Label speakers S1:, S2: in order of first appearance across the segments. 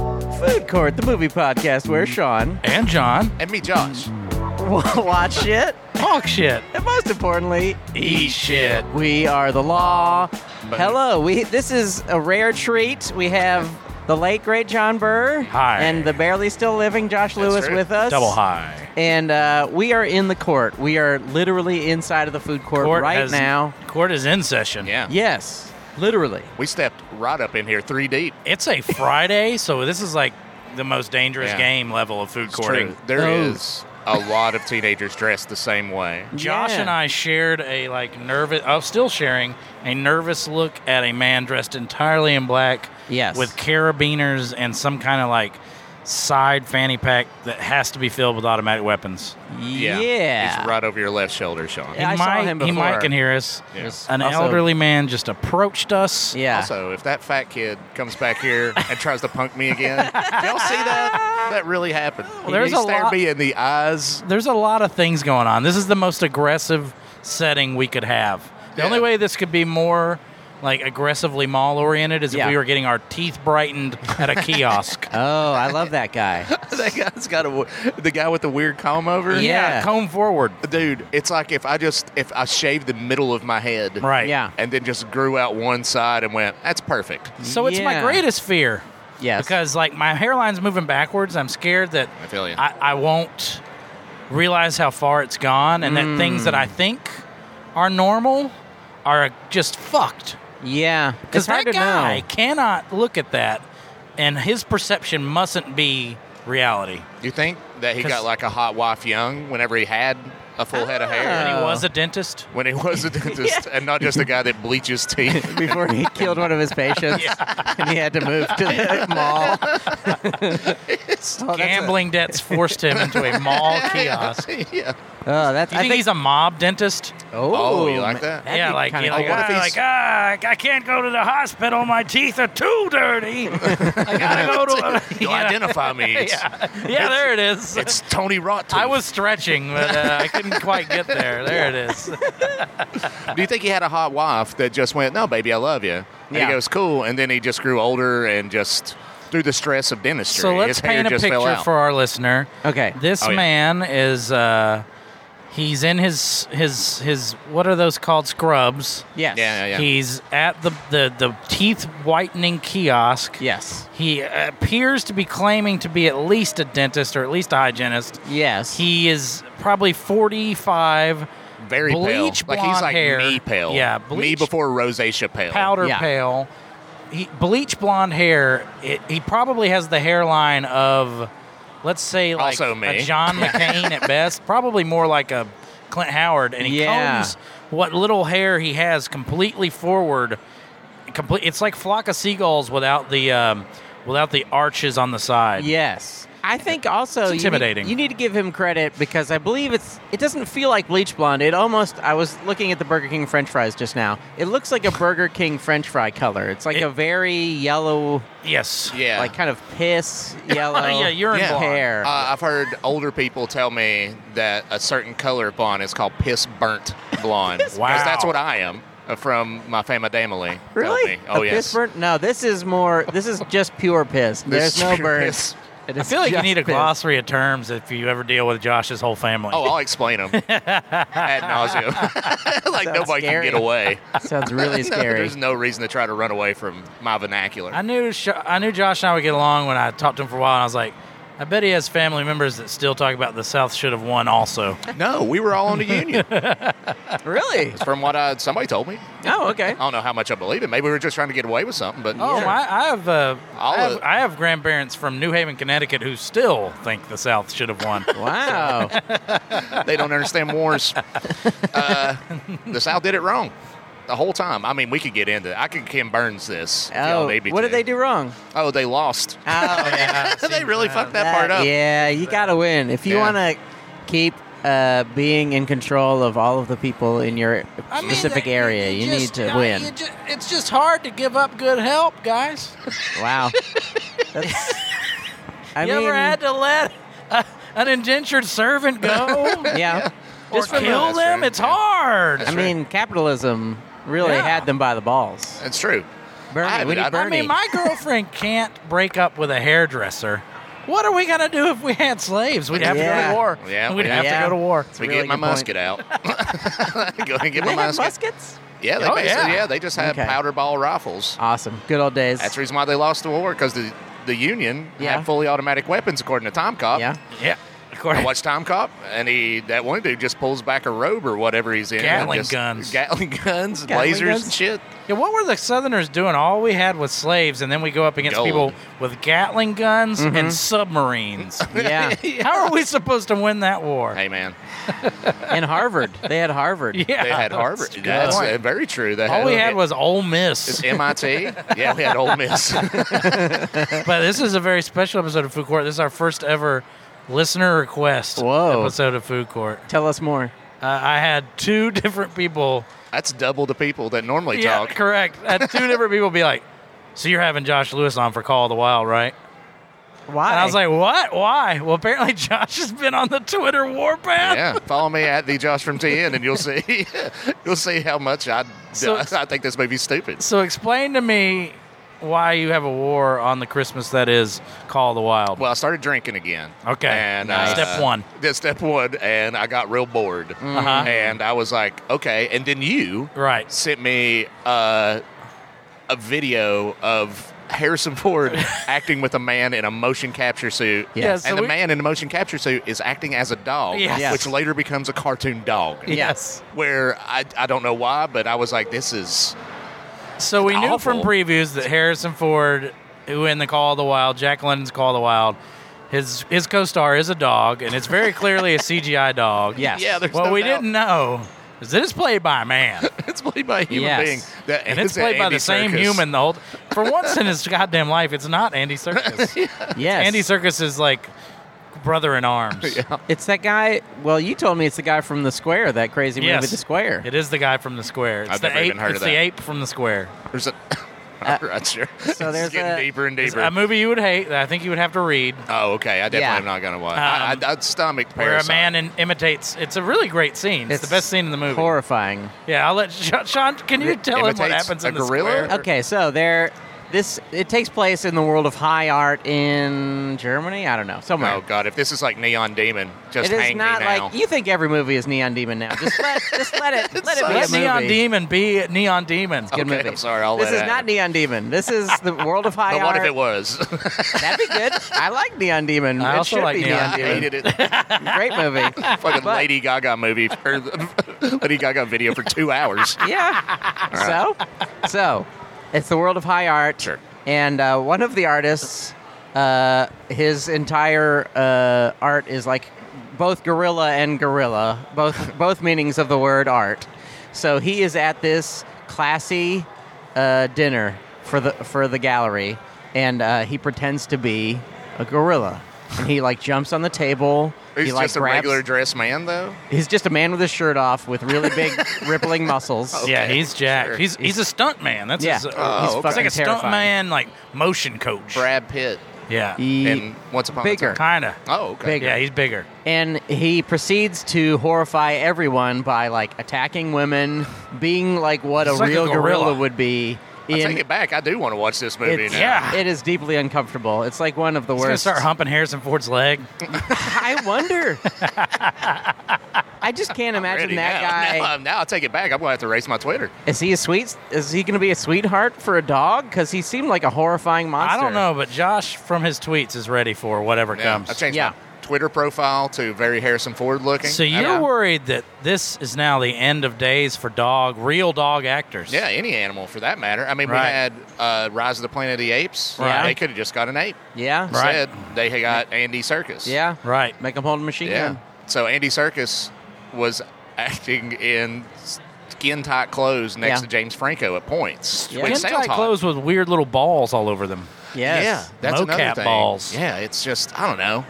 S1: Red Court, the movie podcast where Sean
S2: and John
S3: And me, Josh.
S1: will watch shit,
S2: talk shit.
S1: and most importantly,
S2: Eat shit.
S1: we are the law. Hello, we. This is a rare treat. We have the late great John Burr,
S2: Hi.
S1: and the barely still living Josh Lewis
S3: right.
S1: with us.
S2: Double high.
S1: And uh, we are in the court. We are literally inside of the food court, right
S2: has-
S1: now.
S2: Court is in session.
S3: Yeah.
S1: Yes, literally.
S3: We stepped right up in here three deep.
S2: It's a Friday, so this is like the most dangerous
S3: Yeah.
S2: game level of food
S3: It's true.
S2: courting.
S3: There
S1: Oh.
S3: is a lot of teenagers dressed the same way.
S2: Josh
S1: Yeah.
S2: and I shared a like nervous. I'm still sharing a nervous look at a man dressed entirely in black.
S1: Yes.
S2: With carabiners and some kind of like side fanny pack that has to be filled with automatic weapons.
S1: Yeah.
S3: It's right over your left shoulder, Sean.
S1: Yeah, I
S2: he
S1: saw
S2: might,
S1: him
S2: he might
S1: before.
S2: can hear us.
S3: Yeah.
S2: An
S1: Also-
S2: elderly man just approached us.
S1: Yeah.
S3: Also, if that fat kid comes back here and tries to punk me again, y'all see that? That really happened.
S2: there's
S3: he
S2: a
S3: stared
S2: lot-
S3: me in the eyes.
S2: there's a lot of things going on. This is the most aggressive setting we could have. The
S3: Yeah.
S2: only way this could be more like aggressively mall oriented is
S1: Yeah.
S2: if we were getting our teeth brightened at a kiosk.
S1: oh, I love that guy.
S3: that guy's got a w- the guy with the weird comb over.
S1: Yeah.
S2: comb forward.
S3: Dude, it's like if I just if I shaved the middle of my head.
S2: Right.
S1: Yeah.
S3: And then just grew out one side and went, that's perfect.
S2: So it's my
S1: Yeah.
S2: greatest fear.
S1: Yes.
S2: Because like my hairline's moving backwards. I'm scared that
S3: I feel you.
S2: I, I won't realize how far it's gone and that things that
S1: Mm.
S2: I think are normal are just fucked.
S1: Yeah,
S2: Because
S1: it's hard
S2: that
S1: to
S2: guy
S1: know.
S2: cannot look at that, and his perception mustn't be reality.
S3: You think that he
S2: 'Cause-
S3: got like a hot wife young whenever he had a full head of
S2: He
S3: hair?
S1: Oh.
S2: was a dentist.
S3: When he was a dentist and not just a guy that bleaches teeth.
S1: Before he killed one of his patients, and he had to move to the mall. Oh, that's a-
S2: Gambling debts forced him into a mall kiosk. You
S3: yeah.
S1: oh, that's.
S2: think,
S1: I think
S2: he's a mob dentist?
S1: Oh,
S3: Oh, you like
S1: ma-
S3: that?
S1: that'd
S2: yeah,
S1: be
S2: like,
S1: kinda
S2: you know, like,
S1: cool.
S3: what if
S2: ah,
S3: he's-
S2: like, ah, I can't go to the hospital. My teeth are too dirty. I gotta go to.
S3: You
S2: yeah.
S3: identify me. It's,
S2: Yeah. yeah, there it is.
S3: it's Tony Rotten.
S2: I was stretching, but uh, I couldn't quite get there. There it is.
S3: Do you think he had a hot wife that just went, "No, baby, I love you," and
S1: Yeah.
S3: he goes, "Cool," and then he just grew older and just through the stress of dentistry,
S2: So let's
S3: his hair
S2: paint a
S3: just fell
S2: picture
S3: out.
S2: for our listener.
S1: Okay.
S2: This
S3: Oh, yeah.
S2: man is uh he's in his his his what are those called scrubs?
S1: Yes.
S3: Yeah, yeah, yeah.
S2: He's at the the the teeth whitening kiosk.
S1: Yes.
S2: He appears to be claiming to be at least a dentist or at least a hygienist.
S1: Yes.
S2: He is probably 45,
S3: Very
S2: bleach
S3: pale, like he's
S2: blonde
S3: like
S2: hair.
S3: me pale.
S2: Yeah,
S3: me
S2: bleach-
S3: before rosacea pale.
S2: powder
S1: Yeah.
S2: pale. He bleach blonde hair. It, he probably has the hairline of let's say like
S3: Also me.
S2: a John McCain at best, probably more like a Clint Howard and he
S1: Yeah.
S2: combs what little hair he has completely forward. Complete it's like flock of seagulls without the um, without the arches on the side.
S1: yes. I think also you need-
S2: intimidating.
S1: You need, to give him credit because I believe it's. It doesn't feel like bleach blonde. It almost. I was looking at the Burger King French fries just now. It looks like a Burger King French fry color. It's like
S2: It-
S1: a very yellow,
S2: Yes.
S3: Yeah,
S1: like kind of piss yellow.
S2: Yeah, urine
S3: Yeah.
S2: blonde.
S1: hair.
S3: Uh, I've heard older people tell me that a certain color of blonde is called piss burnt blonde.
S2: Wow.
S3: Because that's what I am uh, from my fama Damily.
S1: Really?
S3: Oh,
S1: a
S3: yes.
S1: piss burn? No, this is more. This is just pure piss.
S3: This
S1: There's no
S3: is pure
S1: burn.
S3: piss.
S1: It
S2: I
S1: is
S2: feel like you
S1: just
S2: need a
S1: piss.
S2: glossary of terms if you ever deal with Josh's whole family.
S3: Oh, I'll explain them ad nauseum. like
S1: Sounds
S3: nobody
S1: scary.
S3: can get away.
S1: Sounds really
S3: No,
S1: scary.
S3: there's no reason to try to run away from my vernacular.
S2: I knew Sh- I knew Josh and I would get along when I talked to him for a while, and I was like, I bet he has family members that still talk about the South should have won. Also,
S3: no, we were all on the union.
S1: really?
S3: from what I, somebody told me.
S1: Oh, okay.
S3: I don't know how much I believe it. Maybe we were just trying to get away with something. But
S2: oh,
S1: Yeah.
S2: I, I have uh, I
S3: All
S2: have
S3: of-
S2: I have grandparents from New Haven, Connecticut, who still think the South should have won.
S1: Wow.
S3: they don't understand wars. Uh, the South did it wrong the whole time. I mean, we could get into it. I could Kim Burns this. if y'all
S1: Oh,
S3: need me
S1: what
S3: to.
S1: did they do wrong?
S3: Oh, they lost.
S1: Oh, yeah. uh,
S3: they really fucked that, part up.
S1: Yeah, you gotta win if you
S3: Yeah.
S1: want to keep uh, being in control of all of the people in your specific area. You, need to win.
S2: it's just hard to give up good help, guys.
S1: wow. That's, I
S2: you
S1: mean,
S2: ever had to let uh, an indentured servant go?
S1: yeah.
S3: Or
S2: Just kill
S3: that's
S2: them?
S3: true.
S2: It's hard.
S1: I
S3: true.
S1: mean, capitalism really
S2: Yeah.
S1: had them by the balls.
S3: That's true.
S1: Bernie,
S3: I-
S1: we need
S3: I- I
S1: Bernie.
S2: I mean, my girlfriend can't break up with a hairdresser. What are we gonna do if we had slaves? We'd have to go
S1: Yeah.
S2: to war.
S3: Yeah,
S2: we'd
S3: we-
S2: have
S1: yeah.
S2: to go to war.
S1: It's a
S3: We
S1: really
S3: get my
S1: good point.
S3: musket out. Go ahead and get
S1: Do
S3: my
S1: they have
S3: musket.
S1: muskets?
S3: Yeah, they
S2: Oh,
S3: basically,
S2: yeah.
S3: yeah. they just had
S1: Okay.
S3: powder ball rifles.
S1: Awesome. Good old days.
S3: That's the reason why they lost the war because the the Union
S1: Yeah.
S3: had fully automatic weapons, according to Tom Cop.
S1: Yeah.
S2: Yeah, of course.
S3: I watched Tom Cop, and he that one dude just pulls back a robe or whatever he's in. and
S2: Gatling
S3: just-
S2: guns.
S3: Gatling guns,
S1: Gatling
S3: lasers,
S1: guns.
S3: and shit.
S2: Yeah, what were the Southerners doing? All we had was slaves, and then we go up against
S3: Gold.
S2: people with Gatling guns and submarines.
S1: Yeah.
S2: How are we supposed to win that war?
S3: Hey man,
S1: and Harvard. They had Harvard.
S2: yeah,
S3: they had Harvard.
S2: that's a good
S3: That's,
S2: point.
S3: uh, very true. They
S2: all we had
S3: it-
S2: was Ole
S3: it's
S2: Miss.
S3: MIT. yeah, we had Ole Miss.
S2: but this is a very special episode of Food Court. This is our first ever listener request
S1: Whoa.
S2: episode of Food Court.
S1: Tell us more.
S2: Uh, I had two different people.
S3: That's double the people that normally
S2: yeah,
S3: talk.
S2: correct. I had two different people be like, "So you're having Josh Lewis on for Call of the Wild, right?"
S1: Why?
S2: And I was like, "What? Why?" Well, apparently Josh has been on the Twitter warpath.
S3: yeah, follow me at the Josh from TN, and you'll see you'll see how much I
S2: So-
S3: I think this movie's stupid.
S2: So explain to me why you have a war on the Christmas that is Call of the Wild.
S3: Well, I started drinking again.
S2: Okay.
S3: And uh,
S2: Nice. Step one. Mm-hmm. Uh-huh.
S3: Yeah, step one, and I got real bored, and I was like, okay. And then you
S2: right.
S3: sent me uh, a video of Harrison Ford acting with a man in a motion capture suit.
S1: Yeah.
S2: Yes.
S3: and the man in the motion capture suit is acting as a dog,
S2: Yes. Yes.
S3: which later becomes a cartoon dog.
S2: Yes.
S3: Where I, I don't know why, but I was like, this is
S2: So we knew
S3: Awful.
S2: from previews that Harrison Ford, who in the Call of the Wild, Jack London's Call of the Wild, his his co-star is a dog, and it's very clearly a CGI dog.
S1: Yes.
S3: yeah. There's
S2: What
S3: no
S2: we
S3: doubt.
S2: didn't know is that it's played by a man,
S3: It's played by a human
S1: Yes.
S3: being, that,
S2: and it's
S3: that
S2: played by
S3: Andy
S2: the same
S3: Serkis.
S2: human. The whole for once in his goddamn life, it's not Andy Circus.
S1: yes.
S2: Andy Circus is like brother in arms.
S1: It's that guy. Well, you told me it's the guy from The Square, that crazy
S2: Yes.
S1: movie, The Square.
S2: It is the guy from the square. It's
S3: I've
S2: the
S3: never
S2: ape.
S3: even heard of
S2: it's
S3: that.
S2: the ape from the square.
S3: There's a. I'm not sure. So
S1: Uh, there's
S3: it's getting
S1: a-
S3: deeper and
S2: It's
S3: deeper.
S2: a movie you would hate that I think you would have to read.
S3: oh, okay. I definitely
S1: Yeah.
S3: am not gonna watch.
S2: Um,
S3: I, I, I stomach
S2: Where a
S3: Parasite.
S2: man in, imitates. It's a really great scene. It's, the best scene in the movie.
S1: Horrifying.
S2: Yeah, I'll let Sean. Sean can you tell him what
S3: imitates
S2: happens
S3: a
S2: in the
S3: gorilla?
S2: square?
S3: Okay.
S1: Okay, so there. This it takes place in the world of high art in Germany. I don't know somewhere.
S3: Oh God! If this is like Neon Demon, just
S1: it is
S3: hang
S1: not
S3: me now.
S1: like you think every movie is Neon Demon now. Just let just let it let it be
S2: Let
S1: a
S2: Neon
S1: movie.
S2: Demon be Neon Demon.
S1: Good
S3: Okay,
S1: movie.
S3: I'm sorry, I'll
S1: this
S3: let
S1: is
S3: it
S1: not
S3: happen.
S1: Neon Demon. This is the world of high
S3: but
S1: art.
S3: what if it was?
S1: That'd be good. I like Neon Demon.
S2: I
S1: it
S2: also
S1: should
S2: like
S1: be
S2: Neon
S1: Neon
S3: I
S1: Demon.
S3: hated it.
S1: Great movie.
S3: Fucking
S1: But-
S3: Lady Gaga movie or Lady Gaga video for two hours.
S1: Yeah. so, so it's the world of high art,
S3: Sure.
S1: and uh, one of the artists, uh, his entire uh, art is like both gorilla and gorilla, both both meanings of the word art. So he is at this classy uh, dinner for the for the gallery, and uh, he pretends to be a gorilla. And he like jumps on the table.
S3: He's
S1: he, like,
S3: just a
S1: grabs-
S3: regular dressed man, though.
S1: He's just a man with his shirt off with really big rippling muscles.
S2: Yeah,
S3: Okay,
S2: he's jacked.
S3: sure.
S2: He's he's a stunt man. That's
S1: Yeah.
S2: his, uh,
S1: Oh,
S2: he's
S3: okay.
S2: it's like
S1: Fucking
S2: a stunt
S1: terrifying.
S2: man, like motion coach.
S3: Brad Pitt
S2: Yeah,
S1: He-
S3: in Once Upon
S1: bigger.
S3: a Time.
S2: kinda.
S3: Oh, okay.
S1: Bigger.
S2: Yeah, he's bigger.
S1: and he proceeds to horrify everyone by like attacking women, being like what
S2: He's
S1: a
S2: like a
S1: real gorilla.
S2: gorilla.
S1: would be.
S3: I
S1: in-
S3: take it back. I do want to watch this movie
S1: it's-
S3: now.
S2: Yeah.
S1: it is deeply uncomfortable. It's like one of the
S2: Ah. He's gonna
S1: worst.
S2: start humping Harrison Ford's leg.
S1: I wonder. I just can't imagine
S3: Ready
S1: that
S3: now.
S1: guy.
S3: Now, now I'll take it back. I'm gonna have to erase my Twitter.
S1: Is he a sweet? Is he going to be a sweetheart for a dog? Because he seemed like a horrifying monster.
S2: I don't know, but Josh from his tweets is ready for whatever
S3: Yeah,
S2: comes.
S3: I've changed
S1: Yeah.
S3: my Twitter profile to very Harrison Ford looking.
S2: So you're
S1: Yeah.
S2: worried that this is now the end of days for dog, real dog actors.
S3: Yeah, any animal for that matter. I mean,
S2: Right.
S3: we had uh, Rise of the Planet of the Apes.
S1: Right.
S3: They could have just got an ape.
S1: Yeah.
S2: Right.
S3: Instead, they had got Andy Circus.
S1: Yeah.
S2: Right.
S1: Make him hold a machine
S3: Yeah.
S1: gun.
S3: So Andy Circus was acting in skin tight clothes next
S1: Yeah.
S3: to James Franco at points.
S1: Yeah.
S3: which
S2: Skin
S1: Skin-tight
S3: sounds
S2: tight
S3: hot.
S2: clothes with weird little balls all over them.
S1: Yes.
S3: Yeah, that's another
S2: Mocap
S3: thing.
S2: balls.
S3: Yeah, it's just I don't know.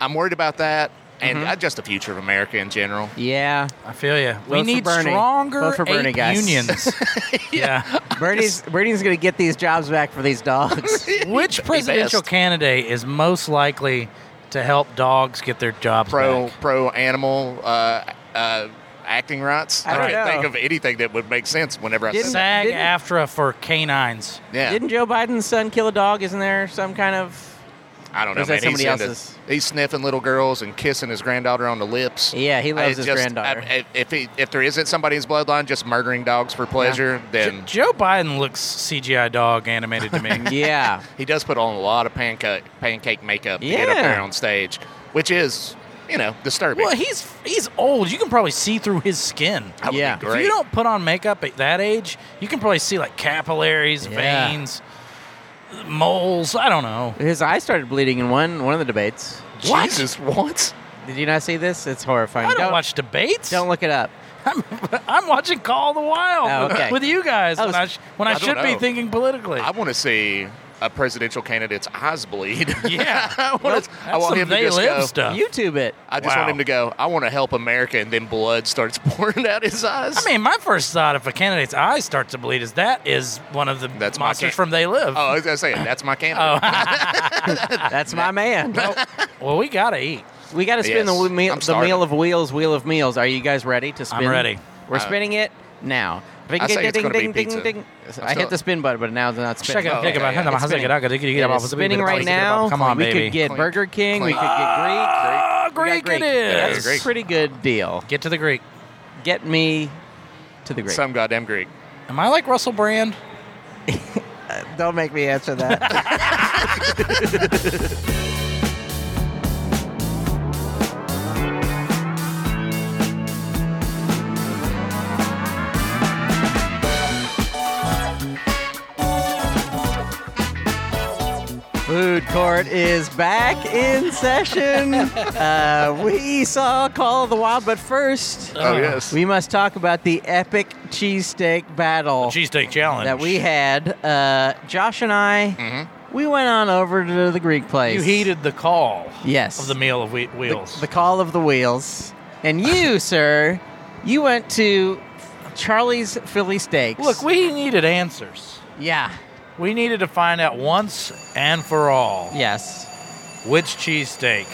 S3: I'm worried about that, and
S1: Mm-hmm.
S3: uh, just the future of America in general.
S1: Yeah.
S2: I feel you.
S1: Vote
S2: We
S1: for
S2: need
S1: Bernie.
S2: stronger
S1: Vote for Bernie,
S2: ape
S1: guys.
S2: unions. yeah.
S1: Bernie's Bernie's going to get these jobs back for these dogs.
S2: Which presidential
S3: best.
S2: candidate is most likely to help dogs get their jobs
S3: Pro
S2: back?
S3: pro animal uh, uh, acting rights.
S1: I don't
S3: can't
S1: know.
S3: think of anything that would make sense whenever I
S1: Didn't-
S3: said
S2: SAG
S1: Didn't-
S2: AFTRA for canines.
S3: that. Yeah,
S1: Didn't Joe Biden's son kill a dog? Isn't there some kind of
S3: I don't know.
S1: Or is
S3: man.
S1: that somebody
S3: he's into-
S1: else's?
S3: he's sniffing little girls and kissing his granddaughter on the lips.
S1: Yeah, he loves
S3: I
S1: his
S3: just-
S1: granddaughter.
S3: I- I- if he, if there isn't somebody in his bloodline just murdering dogs for pleasure,
S2: J-
S3: then
S2: Joe Biden looks CGI dog animated to me.
S1: yeah.
S3: he does put on a lot of pancake pancake makeup to get up
S1: Yeah.
S3: there on stage, which is you know disturbing.
S2: well, he's he's old. You can probably see through his skin.
S3: That would be
S1: Yeah. If
S3: great.
S2: If you don't put on makeup at that age, you can probably see like capillaries,
S1: Yeah.
S2: veins, moles. I don't know.
S1: His eye started bleeding in one one of the debates.
S2: What?
S3: Jesus, what?
S1: Did you not see this? It's horrifying.
S2: I don't, watch debates.
S1: Don't look it up.
S2: I'm, I'm watching Call of the Wild
S1: Oh, okay.
S2: with you guys
S1: I
S2: when
S1: was-
S2: I, sh- when I,
S3: I don't
S2: should be
S3: know.
S2: thinking politically.
S3: I want to see a presidential candidate's eyes bleed.
S2: Yeah.
S3: I, wanna-
S2: Well,
S3: I want
S2: that's some
S3: him to
S2: they
S3: just
S2: live
S3: go.
S2: stuff.
S1: YouTube it.
S3: I just
S2: Wow.
S3: want him to go. I want to help America, and then blood starts pouring out his eyes.
S2: I mean, my first thought if a candidate's eyes start to bleed is that is one of the
S3: That's my
S2: monsters
S3: can-
S2: from They Live.
S3: oh, I was gonna say that's my candidate.
S1: That's my man.
S2: Well, we gotta eat.
S1: We got to spin the
S3: Yes.
S1: whe- meal,
S3: I'm
S1: the
S3: starving.
S1: meal of wheels, wheel of meals. Are you guys ready to spin?
S2: ready.
S1: We're
S3: Uh,
S1: spinning it now. Ding,
S3: I say
S1: ding,
S3: it's gonna
S1: ding,
S3: be
S1: ding,
S3: pizza.
S1: ding,
S3: It's
S1: ding. I hit
S3: not-
S1: the spin button, but now it's not
S2: Check
S1: spinning.
S2: it out.
S3: okay,
S2: Check it out.
S3: yeah.
S2: Hang on,
S1: Oh, It's
S2: how's it
S1: spinning.
S2: get out? Gotta get- get
S1: It
S2: out.
S1: is spinning
S2: Gotta
S1: right
S2: get out.
S1: now.
S2: Come on,
S1: we
S2: baby.
S1: could get
S3: Clink,
S1: Burger King. We
S3: clink.
S1: could get Greek.
S2: Ah,
S1: We got
S2: Greek it
S1: That's
S2: is.
S3: Greek.
S1: a pretty good deal.
S2: Get to the Greek.
S1: Get me to the Greek.
S3: Some goddamn Greek.
S2: Am I like Russell Brand?
S1: Don't make me answer that. Food Court is back in session. Uh, we saw Call of the Wild, but first,
S2: Uh-huh.
S3: Oh yes.
S1: we must talk about the epic cheesesteak battle
S2: Cheesesteak challenge. Mm-hmm.
S1: that we had. Uh, Josh and I, we went on over to the Greek place.
S2: You heeded the call.
S1: Yes.
S2: Of the meal of whe- wheels.
S1: the call of the wheels, and you, sir, you went to Charlie's Philly Steaks.
S2: Look, we needed answers.
S1: yeah,
S2: We needed to find out once and for all
S1: yes,
S2: which cheesesteak.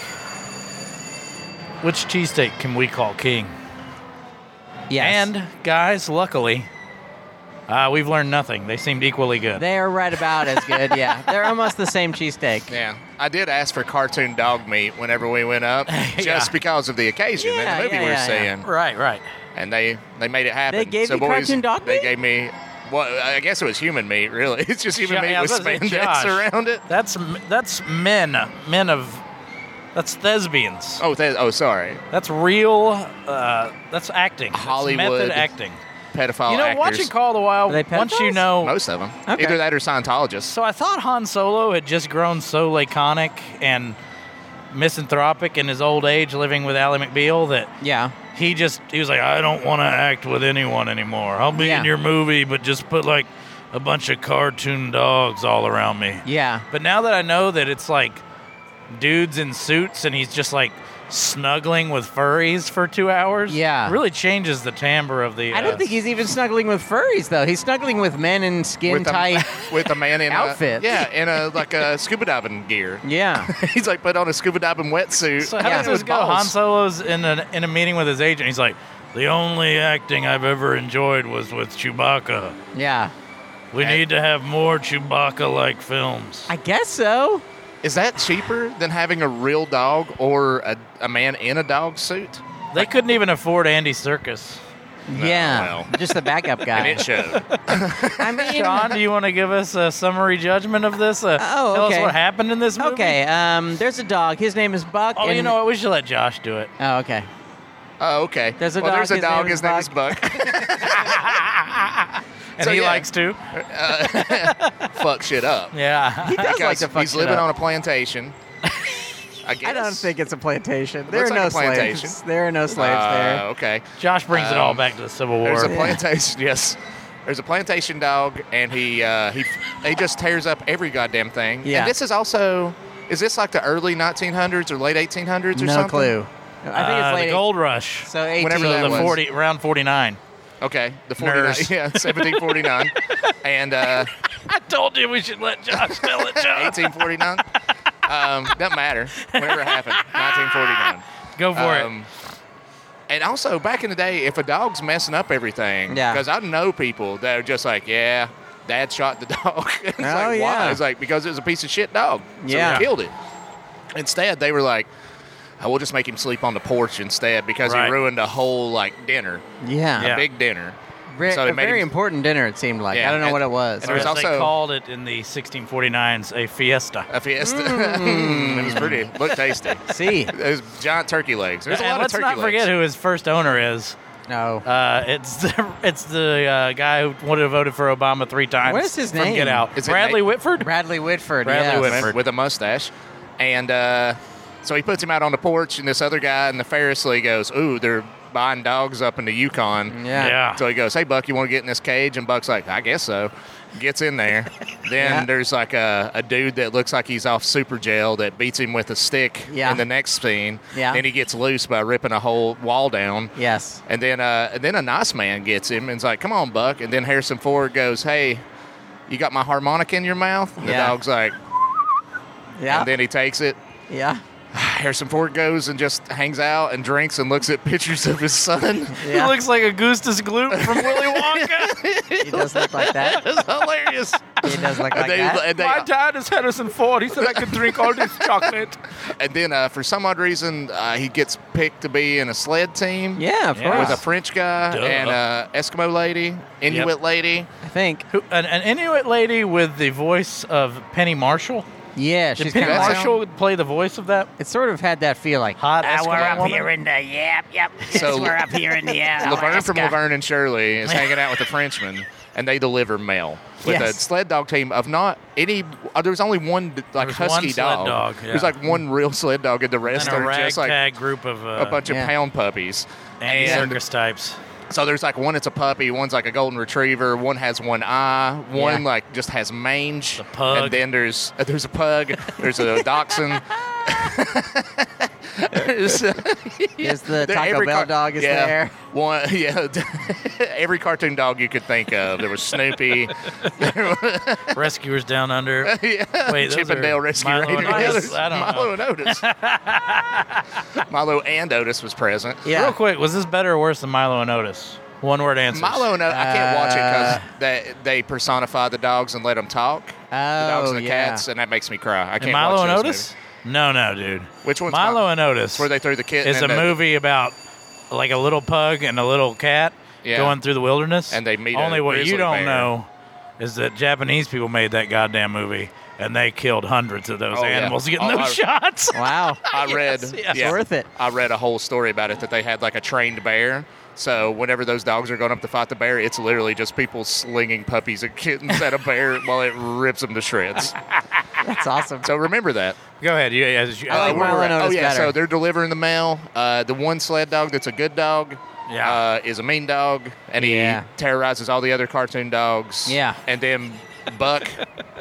S2: Which cheesesteak can we call king?
S1: yes,
S2: And guys, luckily, uh, we've learned nothing. They seemed equally good.
S1: they are right about as good. Yeah, they're almost the same cheesesteak.
S3: Yeah, I did ask for cartoon dog meat whenever we went up, just
S2: Yeah.
S3: because of the occasion
S1: Yeah,
S3: and the movie
S1: yeah,
S3: we were
S1: yeah, yeah.
S3: seeing,
S2: right, right.
S3: and they they made it happen.
S1: They gave
S3: so
S1: you
S3: boys,
S1: cartoon dog
S3: They
S1: meat?
S3: gave me. Well, I guess it was human meat, really. It's just human
S2: Yeah,
S3: meat
S2: yeah, I
S3: with
S2: was about to
S3: spandex
S2: say, Josh.
S3: around it.
S2: That's m- that's men, men of that's thespians.
S3: Oh, that, oh, sorry,
S2: That's real. Uh, that's acting. That's
S3: Hollywood
S2: method acting.
S3: pedophile.
S2: you know,
S3: actors.
S2: watching Call of the Wild.
S1: Are they
S2: Once you
S1: pedophiles?
S2: know,
S3: most of them,
S1: Okay.
S3: either that or Scientologists.
S2: So I thought Han Solo had just grown so laconic and misanthropic in his old age, living with Ally McBeal, that
S1: Yeah,
S2: he just he was like, I don't want to act with anyone anymore. I'll be
S1: Yeah.
S2: in your movie, but just put like a bunch of cartoon dogs all around me.
S1: yeah.
S2: But now that I know that it's like dudes in suits and he's just like snuggling with furries for two hours,
S1: Yeah.
S2: really changes the timbre of the.
S1: I don't
S2: uh,
S1: think he's even snuggling with furries though. He's snuggling with men in skin
S3: with
S1: tight.
S3: a, with a man in
S1: outfits.
S3: A, yeah, in a like a scuba diving gear.
S1: yeah.
S3: He's like put on a scuba diving wetsuit.
S2: So how
S1: Yeah.
S2: does this
S3: With
S2: go? Han
S3: balls.
S2: Solo's in a in a meeting with his agent. He's like, the only acting I've ever enjoyed was with Chewbacca.
S1: Yeah.
S2: We
S3: Hey.
S2: need to have more Chewbacca-like films.
S1: I guess so.
S3: Is that cheaper than having a real dog or a, a man in a dog suit?
S2: They couldn't even afford Andy Circus.
S1: yeah.
S3: well.
S1: Just the backup guy.
S3: showed.
S1: I mean,
S2: Sean, do you want to give us a summary judgment of this? Uh,
S1: Oh,
S2: tell
S1: okay.
S2: us what happened in this movie.
S1: Okay, um, there's a dog. His name is Buck.
S2: Oh,
S1: and,
S2: you know what? We should let Josh do it.
S1: Oh, okay.
S3: Oh, okay.
S1: There's a
S3: well,
S1: dog,
S3: there's a
S1: his
S3: dog.
S1: name is
S3: His name is Buck.
S2: And
S3: So,
S2: he
S3: yeah.
S2: likes to.
S3: Fuck shit up.
S2: Yeah.
S1: He does like to
S3: Because
S1: fuck
S3: he's
S1: shit
S3: living
S1: up.
S3: on a plantation. I guess.
S1: I don't think it's a plantation. There are
S3: Looks like
S1: no
S3: a plantation.
S1: slaves. There are no slaves
S3: Uh,
S1: there.
S3: okay.
S2: Josh brings it all
S3: Um,
S2: back to the Civil War.
S3: There's a plantation. Yes. There's a plantation dog, and he uh, he he just tears up every goddamn thing.
S1: Yeah.
S3: And this is also is this like the early 1900s or late 1800s or
S1: no
S3: something?
S1: clue. I think
S2: Uh,
S1: it's
S2: the
S1: late.
S2: Gold Rush.
S1: So 18.
S3: Whenever that
S2: the
S3: was.
S2: 40, round 49.
S3: Okay, the 49,
S2: Nurse.
S3: yeah, 1749, and uh,
S2: I told you we should let Josh tell it, Josh.
S3: 1849. Um, doesn't matter. Whenever it happened, 1949.
S2: Go for
S3: Um, and also back in the day, if a dog's messing up everything,
S1: Yeah.
S3: because I know people that are just like, yeah, dad shot the dog. it's
S1: Oh,
S3: like,
S1: yeah.
S3: Why? It's like because it was a piece of shit dog. So
S1: Yeah.
S3: he killed it. Instead, they were like, oh, "We'll just make him sleep on the porch instead because
S2: Right.
S3: he ruined a whole like dinner,
S1: Yeah.
S2: Yeah.
S3: a big dinner."
S1: Ver-
S3: So they
S1: a
S3: made
S1: very
S3: him-
S1: important dinner, it seemed like.
S3: Yeah,
S1: I don't know what
S3: and-
S1: it was.
S3: and
S2: Or
S3: There's
S2: as they
S3: also-
S2: called it in the 1649s, a fiesta.
S3: A fiesta. it was pretty. Looked tasty.
S1: See.
S3: It was giant turkey legs. There's a
S2: And
S3: lot
S2: let's
S3: of turkey
S2: not
S3: legs.
S2: forget who his first owner is.
S1: No.
S2: Uh, it's the it's the uh, guy who would have voted for Obama three times.
S1: What is his
S2: from
S1: name?
S2: Get out.
S3: Is it
S2: Bradley
S3: Nate-
S2: Whitford.
S1: Bradley Whitford. yes.
S2: Bradley Whitford.
S3: man, with a mustache. And uh, so he puts him out on the porch, and this other guy in the Ferris Lee goes, Ooh, they're buying dogs up in the Yukon.
S1: Yeah.
S2: Yeah.
S3: So he goes, Hey, Buck, you want to get in this cage? And Buck's like, I guess so. Gets in there. Then
S1: Yeah.
S3: there's like a, a dude that looks like he's off super jail that beats him with a stick
S1: Yeah.
S3: in the next scene.
S1: Yeah.
S3: Then he gets loose by ripping a whole wall down.
S1: Yes.
S3: And then, uh, and then a nice man gets him and's like, "Come on, Buck!" And then Harrison Ford goes, "Hey, you got my harmonica in your mouth?" And the
S1: Yeah.
S3: dog's like,
S1: Yeah.
S3: and then he takes it.
S1: yeah.
S3: Harrison Ford goes and just hangs out and drinks and looks at pictures of his son.
S1: Yeah.
S2: He looks like Augustus Gloop from Willy Wonka.
S1: He does look like that.
S3: It's hilarious.
S1: He does look like
S3: and, they,
S1: that.
S3: and, they-
S2: My dad is Harrison Ford. He said I could drink all this chocolate.
S3: and then, uh, for some odd reason, uh, he gets picked to be in a sled team
S1: Yeah, of
S2: Yeah.
S1: course.
S3: with a French guy
S2: Duh.
S3: and a Eskimo lady, Inuit
S2: Yep.
S3: lady.
S1: I think.
S2: Who, an, an Inuit lady with the voice of Penny Marshall.
S1: Yeah,
S2: Did
S1: she's
S2: Penny
S1: kind of
S3: kinda-
S2: Marshall play the voice of that?
S1: It sort of had that feeling.
S2: Hot
S4: Uh,
S2: Eskimo
S4: we're up
S2: woman?
S4: here in the yep, yep.
S3: So-
S4: So we're up here in the uh,
S3: Laverne from
S4: Alaska.
S3: Laverne and Shirley is hanging out with the Frenchman, and they deliver mail with a
S1: Yes.
S3: sled dog team of not any. Uh, there was only one like
S2: was
S3: husky
S2: one sled dog, yeah.
S3: There's like one real sled dog, and the rest
S2: And a
S3: are just
S2: ragtag
S3: like
S2: group of uh,
S3: a bunch
S1: Yeah.
S3: of pound puppies.
S2: Andy
S3: and-
S2: circus types.
S3: So there's like one that's a puppy, one's like a golden retriever, one has one eye, one
S1: Yeah.
S3: like just has mange.
S2: The pug.
S3: And then there's uh, there's a pug, there's a dachshund. There's, uh,
S1: Is the
S3: there-
S1: Taco
S3: every
S1: Bell
S3: car-
S1: dog is
S3: yeah,
S1: there?
S3: One, yeah, every cartoon dog you could think of. There was Snoopy,
S2: Rescuers down under. Wait, those
S3: Chippendale
S2: are
S3: Rescue
S2: Milo
S3: Rangers.
S2: and Otis.
S3: Others.
S2: I don't
S3: Milo
S2: know.
S3: and Otis. Milo and Otis was present.
S1: Yeah.
S2: Real quick, was this better or worse than Milo and Otis? One word answers.
S3: Milo and Otis, I can't
S1: Uh,
S3: watch it because they, they personify the dogs and let them talk. the dogs
S1: Oh,
S3: and the
S1: yeah.
S3: cats, and that makes me cry. I
S2: And
S3: can't
S2: Milo
S3: watch
S2: and
S3: those
S2: Otis?
S3: movies.
S2: No, no, dude.
S3: Which one's
S2: Milo
S3: Milo?
S2: and Otis?
S3: Where they threw the kitten
S2: It's a
S3: in the-
S2: movie about like a little pug and a little cat
S3: Yeah.
S2: going through the wilderness.
S3: And they meet a
S2: Only what you
S3: grizzly
S2: don't
S3: bear.
S2: know is that Japanese people made that goddamn movie and they killed hundreds of those
S3: Oh, yeah.
S2: animals getting
S3: Oh,
S2: those
S3: I-
S2: shots.
S1: Wow.
S3: I read.
S2: yes.
S3: yeah,
S1: Worth it.
S3: I read a whole story about it that they had like a trained bear. So whenever those dogs are going up to fight the bear, it's literally just people slinging puppies and kittens at a bear while it rips them to shreds.
S1: That's awesome.
S3: So remember that.
S2: Go ahead. You, as you,
S1: I like
S3: Uh, where
S1: Milo
S3: we're
S1: and
S3: at.
S1: Otis
S3: oh yeah,
S1: better.
S3: so they're delivering the mail. Uh, the one sled dog that's a good dog,
S2: Yeah.
S3: uh, is a mean dog, and he
S1: Yeah.
S3: terrorizes all the other cartoon dogs.
S1: Yeah.
S3: and then Buck,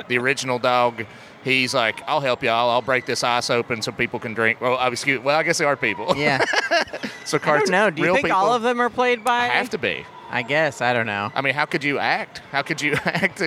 S3: the original dog, he's like, "I'll help y'all. I'll break this ice open so people can drink." Well, I excuse. Well, I guess they are people.
S1: Yeah.
S3: so
S1: I
S3: cartoon.
S1: don't know. Do you
S3: real
S1: think
S3: people
S1: all of them are played by?
S3: have to be?
S1: I guess. I don't know.
S3: I mean, how could you act? How could you act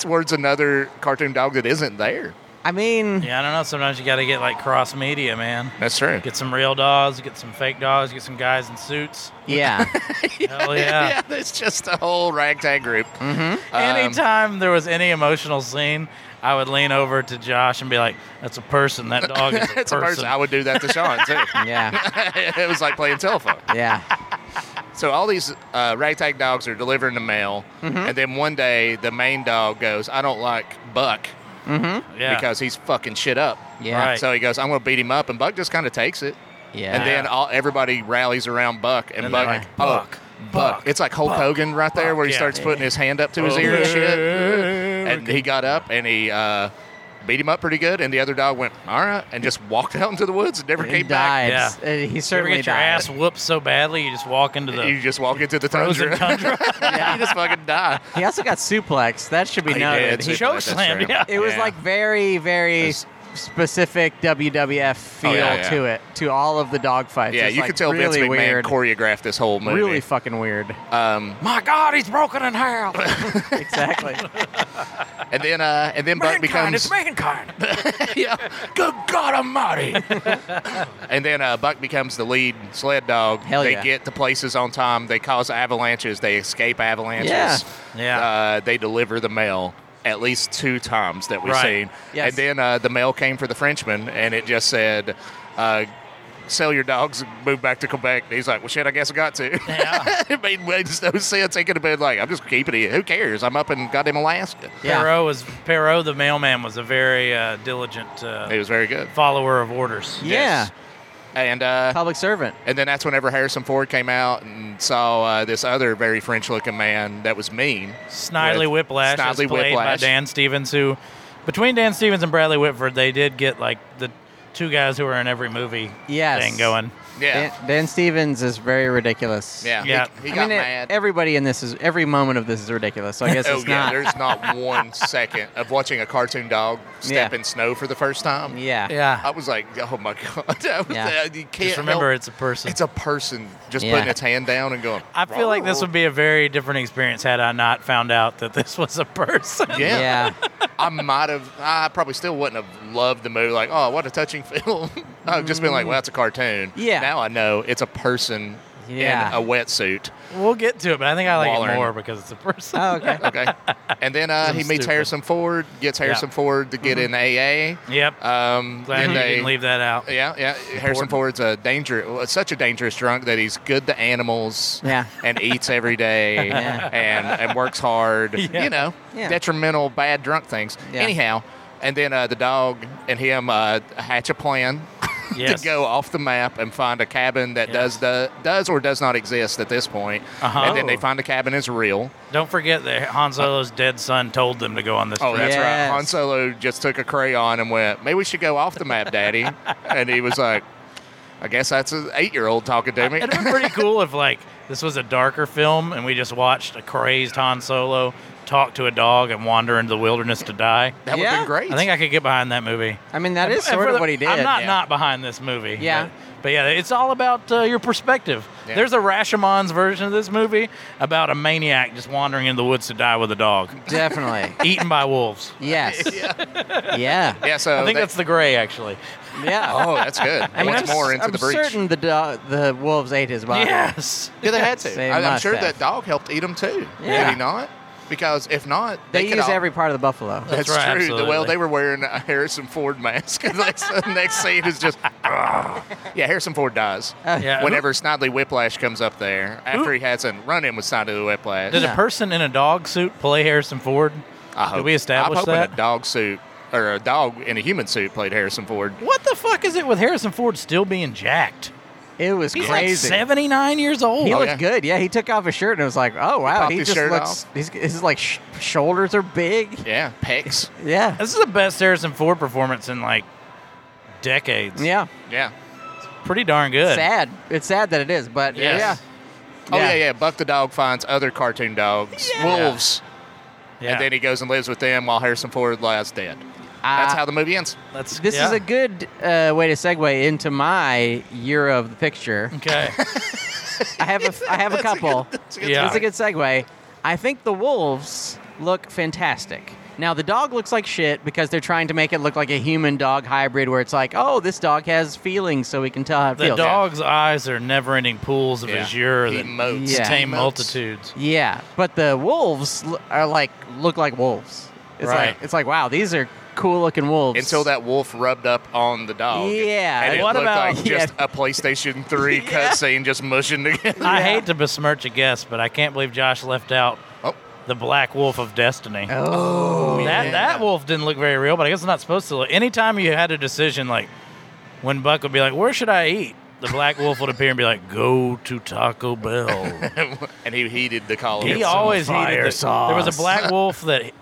S3: towards another cartoon dog that isn't there?
S1: I mean,
S2: yeah, I don't know. Sometimes you got to get like cross media, man.
S3: That's true.
S2: Get some real dogs, get some fake dogs, get some guys in suits.
S1: yeah.
S2: Hell yeah.
S3: yeah, it's just a whole ragtag group. Mm-hmm.
S2: Anytime there was any emotional scene, I would lean over to Josh and be like, "That's a person. That dog is a,
S3: it's a
S2: person.
S3: person. I would do that to Sean too.
S1: yeah.
S3: it was like playing telephone.
S1: Yeah.
S3: So all these uh, ragtag dogs are delivering the mail,
S2: Mm-hmm.
S3: and then one day the main dog goes, "I don't like Buck
S2: yeah.
S3: because he's fucking shit up."
S1: Yeah.
S2: Right.
S3: So he goes, "I'm going to beat him up," and Buck just kind of takes it,
S1: Yeah.
S3: and then all everybody rallies around Buck, and,
S2: And they're
S3: Buck,
S2: like,
S3: oh,
S2: "Buck, Buck,
S3: It's like Hulk Hogan right there, where he
S2: yeah. Oh,
S3: starts putting his hand up to his ear and shit. And he got up and he uh, beat him up pretty good, and the other dog went, "All right," and just walked out into the woods and never
S1: he
S3: came back.
S1: died.
S2: Yeah.
S1: Uh, He
S2: you ever
S1: certainly
S2: get your
S1: died.
S2: ass whooped so badly you just walk into the
S3: you just walk into the
S2: frozen
S3: tundra.
S2: tundra?
S3: you just fucking die.
S1: He also got suplex. That should be
S3: He
S1: noted.
S3: did.
S1: He-
S2: Choke
S3: That's
S2: slam,
S3: true.
S2: yeah.
S1: it was
S3: Yeah.
S1: like very, very
S3: It's-
S1: s- specific WWF feel
S3: Oh, yeah, yeah.
S1: to it, to all of the dog fights.
S3: Yeah,
S1: It's,
S3: you
S1: like
S3: could tell
S1: really
S3: Vince McMahon
S1: weird,
S3: choreographed this whole movie.
S1: really fucking weird.
S3: um,
S2: My God, he's broken in half.
S1: exactly.
S3: and then uh, and then Buck becomes
S2: mankind.
S3: yeah, good God Almighty. and then uh, Buck becomes the lead sled dog.
S1: Hell
S3: they
S1: yeah.
S3: get to places on time. They cause avalanches. They escape avalanches.
S1: Yeah.
S2: Yeah.
S3: Uh, they deliver the mail. at least two times that we've
S2: Right.
S3: seen.
S1: Yes.
S3: And then uh, the mail came for the Frenchman, and it just said, uh, "Sell your dogs and move back to Quebec." And he's like, "Well, shit, I guess I got to."
S2: Yeah.
S3: it made makes no sense. He could have been like, "I'm just keeping it. Who cares? I'm up in goddamn Alaska."
S1: Yeah.
S2: Perot was Perot the mailman was a very uh, diligent
S3: It
S2: uh,
S3: was very good.
S2: follower of orders.
S1: Yeah.
S3: And uh,
S1: Public servant.
S3: And then that's whenever Harrison Ford came out and saw uh, this other very French-looking man that was mean.
S2: Snidely
S3: With
S2: Whiplash is
S3: Snidely
S2: played
S3: Whiplash.
S2: by Dan Stevens, who between Dan Stevens and Bradley Whitford, they did get like the two guys who are in every movie
S1: Yes.
S2: thing going.
S3: Yeah,
S1: Dan, Dan Stevens is very ridiculous.
S3: yeah,
S2: Yeah.
S3: He, he
S1: I
S3: got
S1: mean, e-
S3: mad.
S1: everybody in this is every moment of this is ridiculous. So I guess
S3: oh
S1: it's
S3: yeah,
S1: not.
S3: there's not one second of watching a cartoon dog step
S1: Yeah.
S3: in snow for the first time.
S1: Yeah.
S2: Yeah.
S3: I was like, oh my god, I was,
S1: Yeah.
S3: uh, you can't
S2: Uh, Just remember
S3: help-
S2: it's a person.
S3: It's a person just
S1: Yeah.
S3: putting its hand down and going.
S2: I feel like this would be a very different experience had I not found out that this was a person.
S3: Yeah.
S1: Yeah.
S3: I might have. I probably still wouldn't have loved the movie. Like, oh, what a touching film. I've just been like, well, that's a cartoon.
S1: Yeah.
S3: Now I know it's a person
S1: Yeah.
S3: in a wetsuit.
S2: We'll get to it, but I think I like
S3: Waller.
S2: it more because it's a person.
S1: Oh, okay.
S3: Okay. And then uh,
S2: I'm
S3: he meets
S2: stupid.
S3: Harrison Ford, gets Harrison Ford to get in AA.
S2: Yep.
S3: Um,
S2: Glad
S3: then
S2: you
S3: they-
S2: didn't leave that out.
S3: Yeah, yeah. Harrison Ford's a danger, well, such a dangerous drunk that he's good to animals.
S1: Yeah.
S3: And eats every day
S1: Yeah.
S3: and, and works hard.
S2: Yeah.
S3: You know,
S1: Yeah.
S3: detrimental, bad drunk things.
S1: Yeah.
S3: Anyhow, and then uh, the dog and him uh, hatch a plan
S2: Yes.
S3: to go off the map and find a cabin that does
S2: Yes.
S3: the, does or does not exist at this point.
S2: Uh-huh.
S3: And then they find a cabin that's real.
S2: Don't forget that Han Solo's dead son told them to go on this
S3: Oh,
S2: trip.
S3: that's
S1: Yes.
S3: right. Han Solo just took a crayon and went, maybe we should go off the map, Daddy. and he was like, I guess that's an eight year old talking to me.
S2: It'd have been pretty cool if like this was a darker film and we just watched a crazed Han Solo talk to a dog and wander into the wilderness to die.
S3: That would have
S1: Yeah.
S3: been great.
S2: I think I could get behind that movie.
S1: I mean, that is
S2: And
S1: sort
S2: for
S1: of
S2: the-
S1: what he did.
S2: I'm not
S3: Yeah.
S2: not behind this movie.
S1: Yeah.
S2: But, but yeah, it's all about uh, your perspective.
S3: Yeah.
S2: There's a Rashomon's version of this movie about a maniac just wandering in the woods to die with a dog,
S1: Definitely.
S2: eaten by wolves.
S1: Yes. yeah. Yeah.
S3: yeah, so
S2: I think
S3: they-
S2: that's the gray, actually.
S3: Oh, that's good.
S1: I mean,
S3: Once
S1: I'm,
S3: more
S1: s-
S3: into
S1: I'm
S3: the breach.
S1: certain the do- the wolves ate his body.
S2: Yes.
S3: yeah, they had to.
S1: They
S3: I, am
S1: must
S3: sure
S1: have.
S3: that dog helped eat him too.
S1: Yeah.
S3: Did he not? Because if not,
S1: They,
S3: they, could
S1: use
S3: all-
S1: every part of the buffalo.
S2: That's
S3: That's,
S2: right,
S3: true. The- Well,
S2: absolutely.
S3: they were wearing a Harrison Ford mask. and that's- the next scene is just, "Ugh." yeah, Harrison Ford dies.
S1: Uh,
S2: Yeah.
S3: Whenever Snidely Whiplash comes up there, after he has a run in with Snidely Whiplash,
S2: Did
S1: Yeah.
S2: a person in a dog suit play Harrison Ford?
S3: I hope.
S2: Did we establish
S3: I'm hoping
S2: that?
S3: a dog suit or a dog in a human suit played Harrison Ford.
S2: What the fuck is it with Harrison Ford still being jacked?
S1: It was
S2: He's like
S1: crazy.
S2: 79 years old.
S1: he
S3: Oh,
S1: looked
S3: yeah.
S1: good. Yeah, he took off his shirt and it was like, oh wow,
S3: popped
S1: he
S3: his
S1: just
S3: shirt
S1: looks. He's, his like sh- shoulders are big.
S3: Yeah, pecs.
S1: Yeah.
S2: This is the best Harrison Ford performance in like decades.
S1: Yeah.
S3: Yeah.
S2: Pretty darn good.
S1: Sad. It's sad that it is, but uh,
S2: Yes.
S1: yeah.
S3: Oh yeah,
S1: Yeah.
S3: yeah. Buck the dog finds other cartoon dogs, wolves,
S2: Yeah.
S3: and then he goes and lives with them while Harrison Ford lies dead. That's
S1: Uh,
S3: how the movie ends.
S2: That's,
S1: This
S2: yeah.
S1: is a good uh, way to segue into my year of the picture.
S2: Okay.
S1: I have a, I have a couple.
S3: That's a
S2: Yeah.
S1: That's a good segue. I think the wolves look fantastic. Now the dog looks like shit because they're trying to make it look like a human dog hybrid, where it's like, oh, this dog has feelings, so we can tell how it
S2: the
S1: feels.
S2: dog's eyes are never ending pools of
S3: Yeah.
S2: azure that
S3: Emotes.
S1: Yeah.
S2: tame
S3: Emotes.
S2: multitudes.
S1: Yeah, but the wolves l- are like look like wolves. It's
S2: Right.
S1: Like, it's like wow, these are cool looking wolves.
S3: Until that wolf rubbed up on the dog.
S1: Yeah.
S3: And it
S2: What
S3: looked
S2: about-
S3: like just
S1: Yeah.
S3: a PlayStation 3 cutscene just mushing together.
S2: I hate to besmirch a guest, but I can't believe Josh left out
S3: Oh,
S2: the black wolf of destiny.
S1: Oh.
S2: That
S3: Yeah.
S2: that wolf didn't look very real, but I guess it's not supposed to look. Anytime you had a decision, like when Buck would be like, "Where should I eat?" The black wolf would appear and be like, "Go to Taco Bell."
S3: and he heeded the call. of
S2: he
S3: it.
S2: always
S1: fire
S2: hated the, There was
S1: sauce.
S2: a black wolf that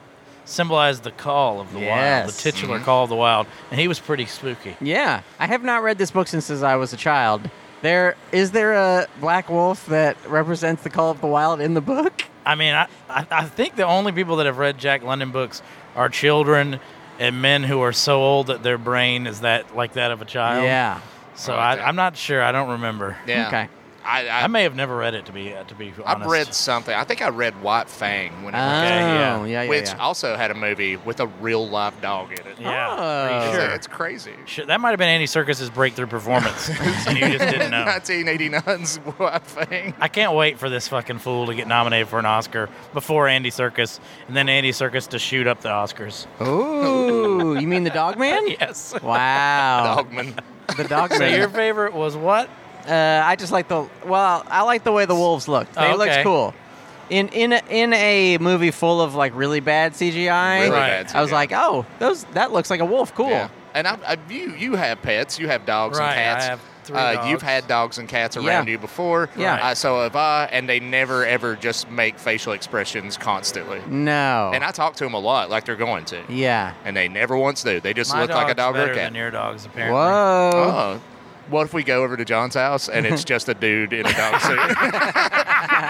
S2: symbolized the call of the wild,
S1: Yes.
S2: the titular call of the wild, and he was pretty spooky.
S1: Yeah, I have not read this book since as I was a child. There is there a black wolf that represents the call of the wild in the book?
S2: I mean, I, I, I think the only people that have read Jack London books are children and men who are so old that their brain is that like that of a child.
S1: yeah.
S2: So
S3: I like
S2: I,
S3: that.
S2: I'm not sure. I don't remember.
S3: Oh, Yeah.
S1: Okay.
S3: I, I,
S2: I may have never read it to be uh, to be honest.
S3: I've read something. I think I read White Fang when it
S1: Oh,
S3: was
S2: yeah.
S1: yeah, yeah, yeah.
S3: which also had a movie with a real live dog in it.
S2: Yeah,
S1: Oh.
S2: pretty
S3: It's,
S2: sure.
S3: it's crazy.
S2: Shit, that might have been Andy Circus's breakthrough performance, and you just didn't know.
S3: 1989's White Fang.
S2: I can't wait for this fucking fool to get nominated for an Oscar before Andy Circus, and then Andy Circus to shoot up the Oscars.
S1: Ooh, Oh, you mean the dog man?
S2: Yes.
S1: Wow.
S3: Dogman.
S1: The dog
S2: So your
S1: man.
S2: favorite was what?
S1: Uh, I just like the well, I like the way the wolves looked. They
S2: Oh,
S1: looked
S2: okay.
S1: cool. In in a, in a movie full of like really bad CGI,
S3: Really
S2: Right.
S3: bad
S1: I was
S3: CGI.
S1: like, oh, those that looks like a wolf. Cool.
S3: Yeah. And I, I, you, you have pets. You have dogs
S2: Right, I
S3: and cats.
S2: have three
S3: uh, You've
S2: dogs.
S3: had dogs and cats
S1: Yeah.
S3: around you before.
S1: Yeah.
S2: Right.
S3: Uh, so have I. And they never ever just make facial expressions constantly.
S1: No.
S3: And I talk to them a lot, like they're going to.
S1: yeah.
S3: And they never once do. They just
S2: My
S3: look like a
S2: dog's
S3: dog or
S2: better
S3: a
S2: than
S3: cat.
S2: your dog's apparently.
S1: Whoa.
S3: Oh. What if we go over to John's house and it's just a dude in a dog suit?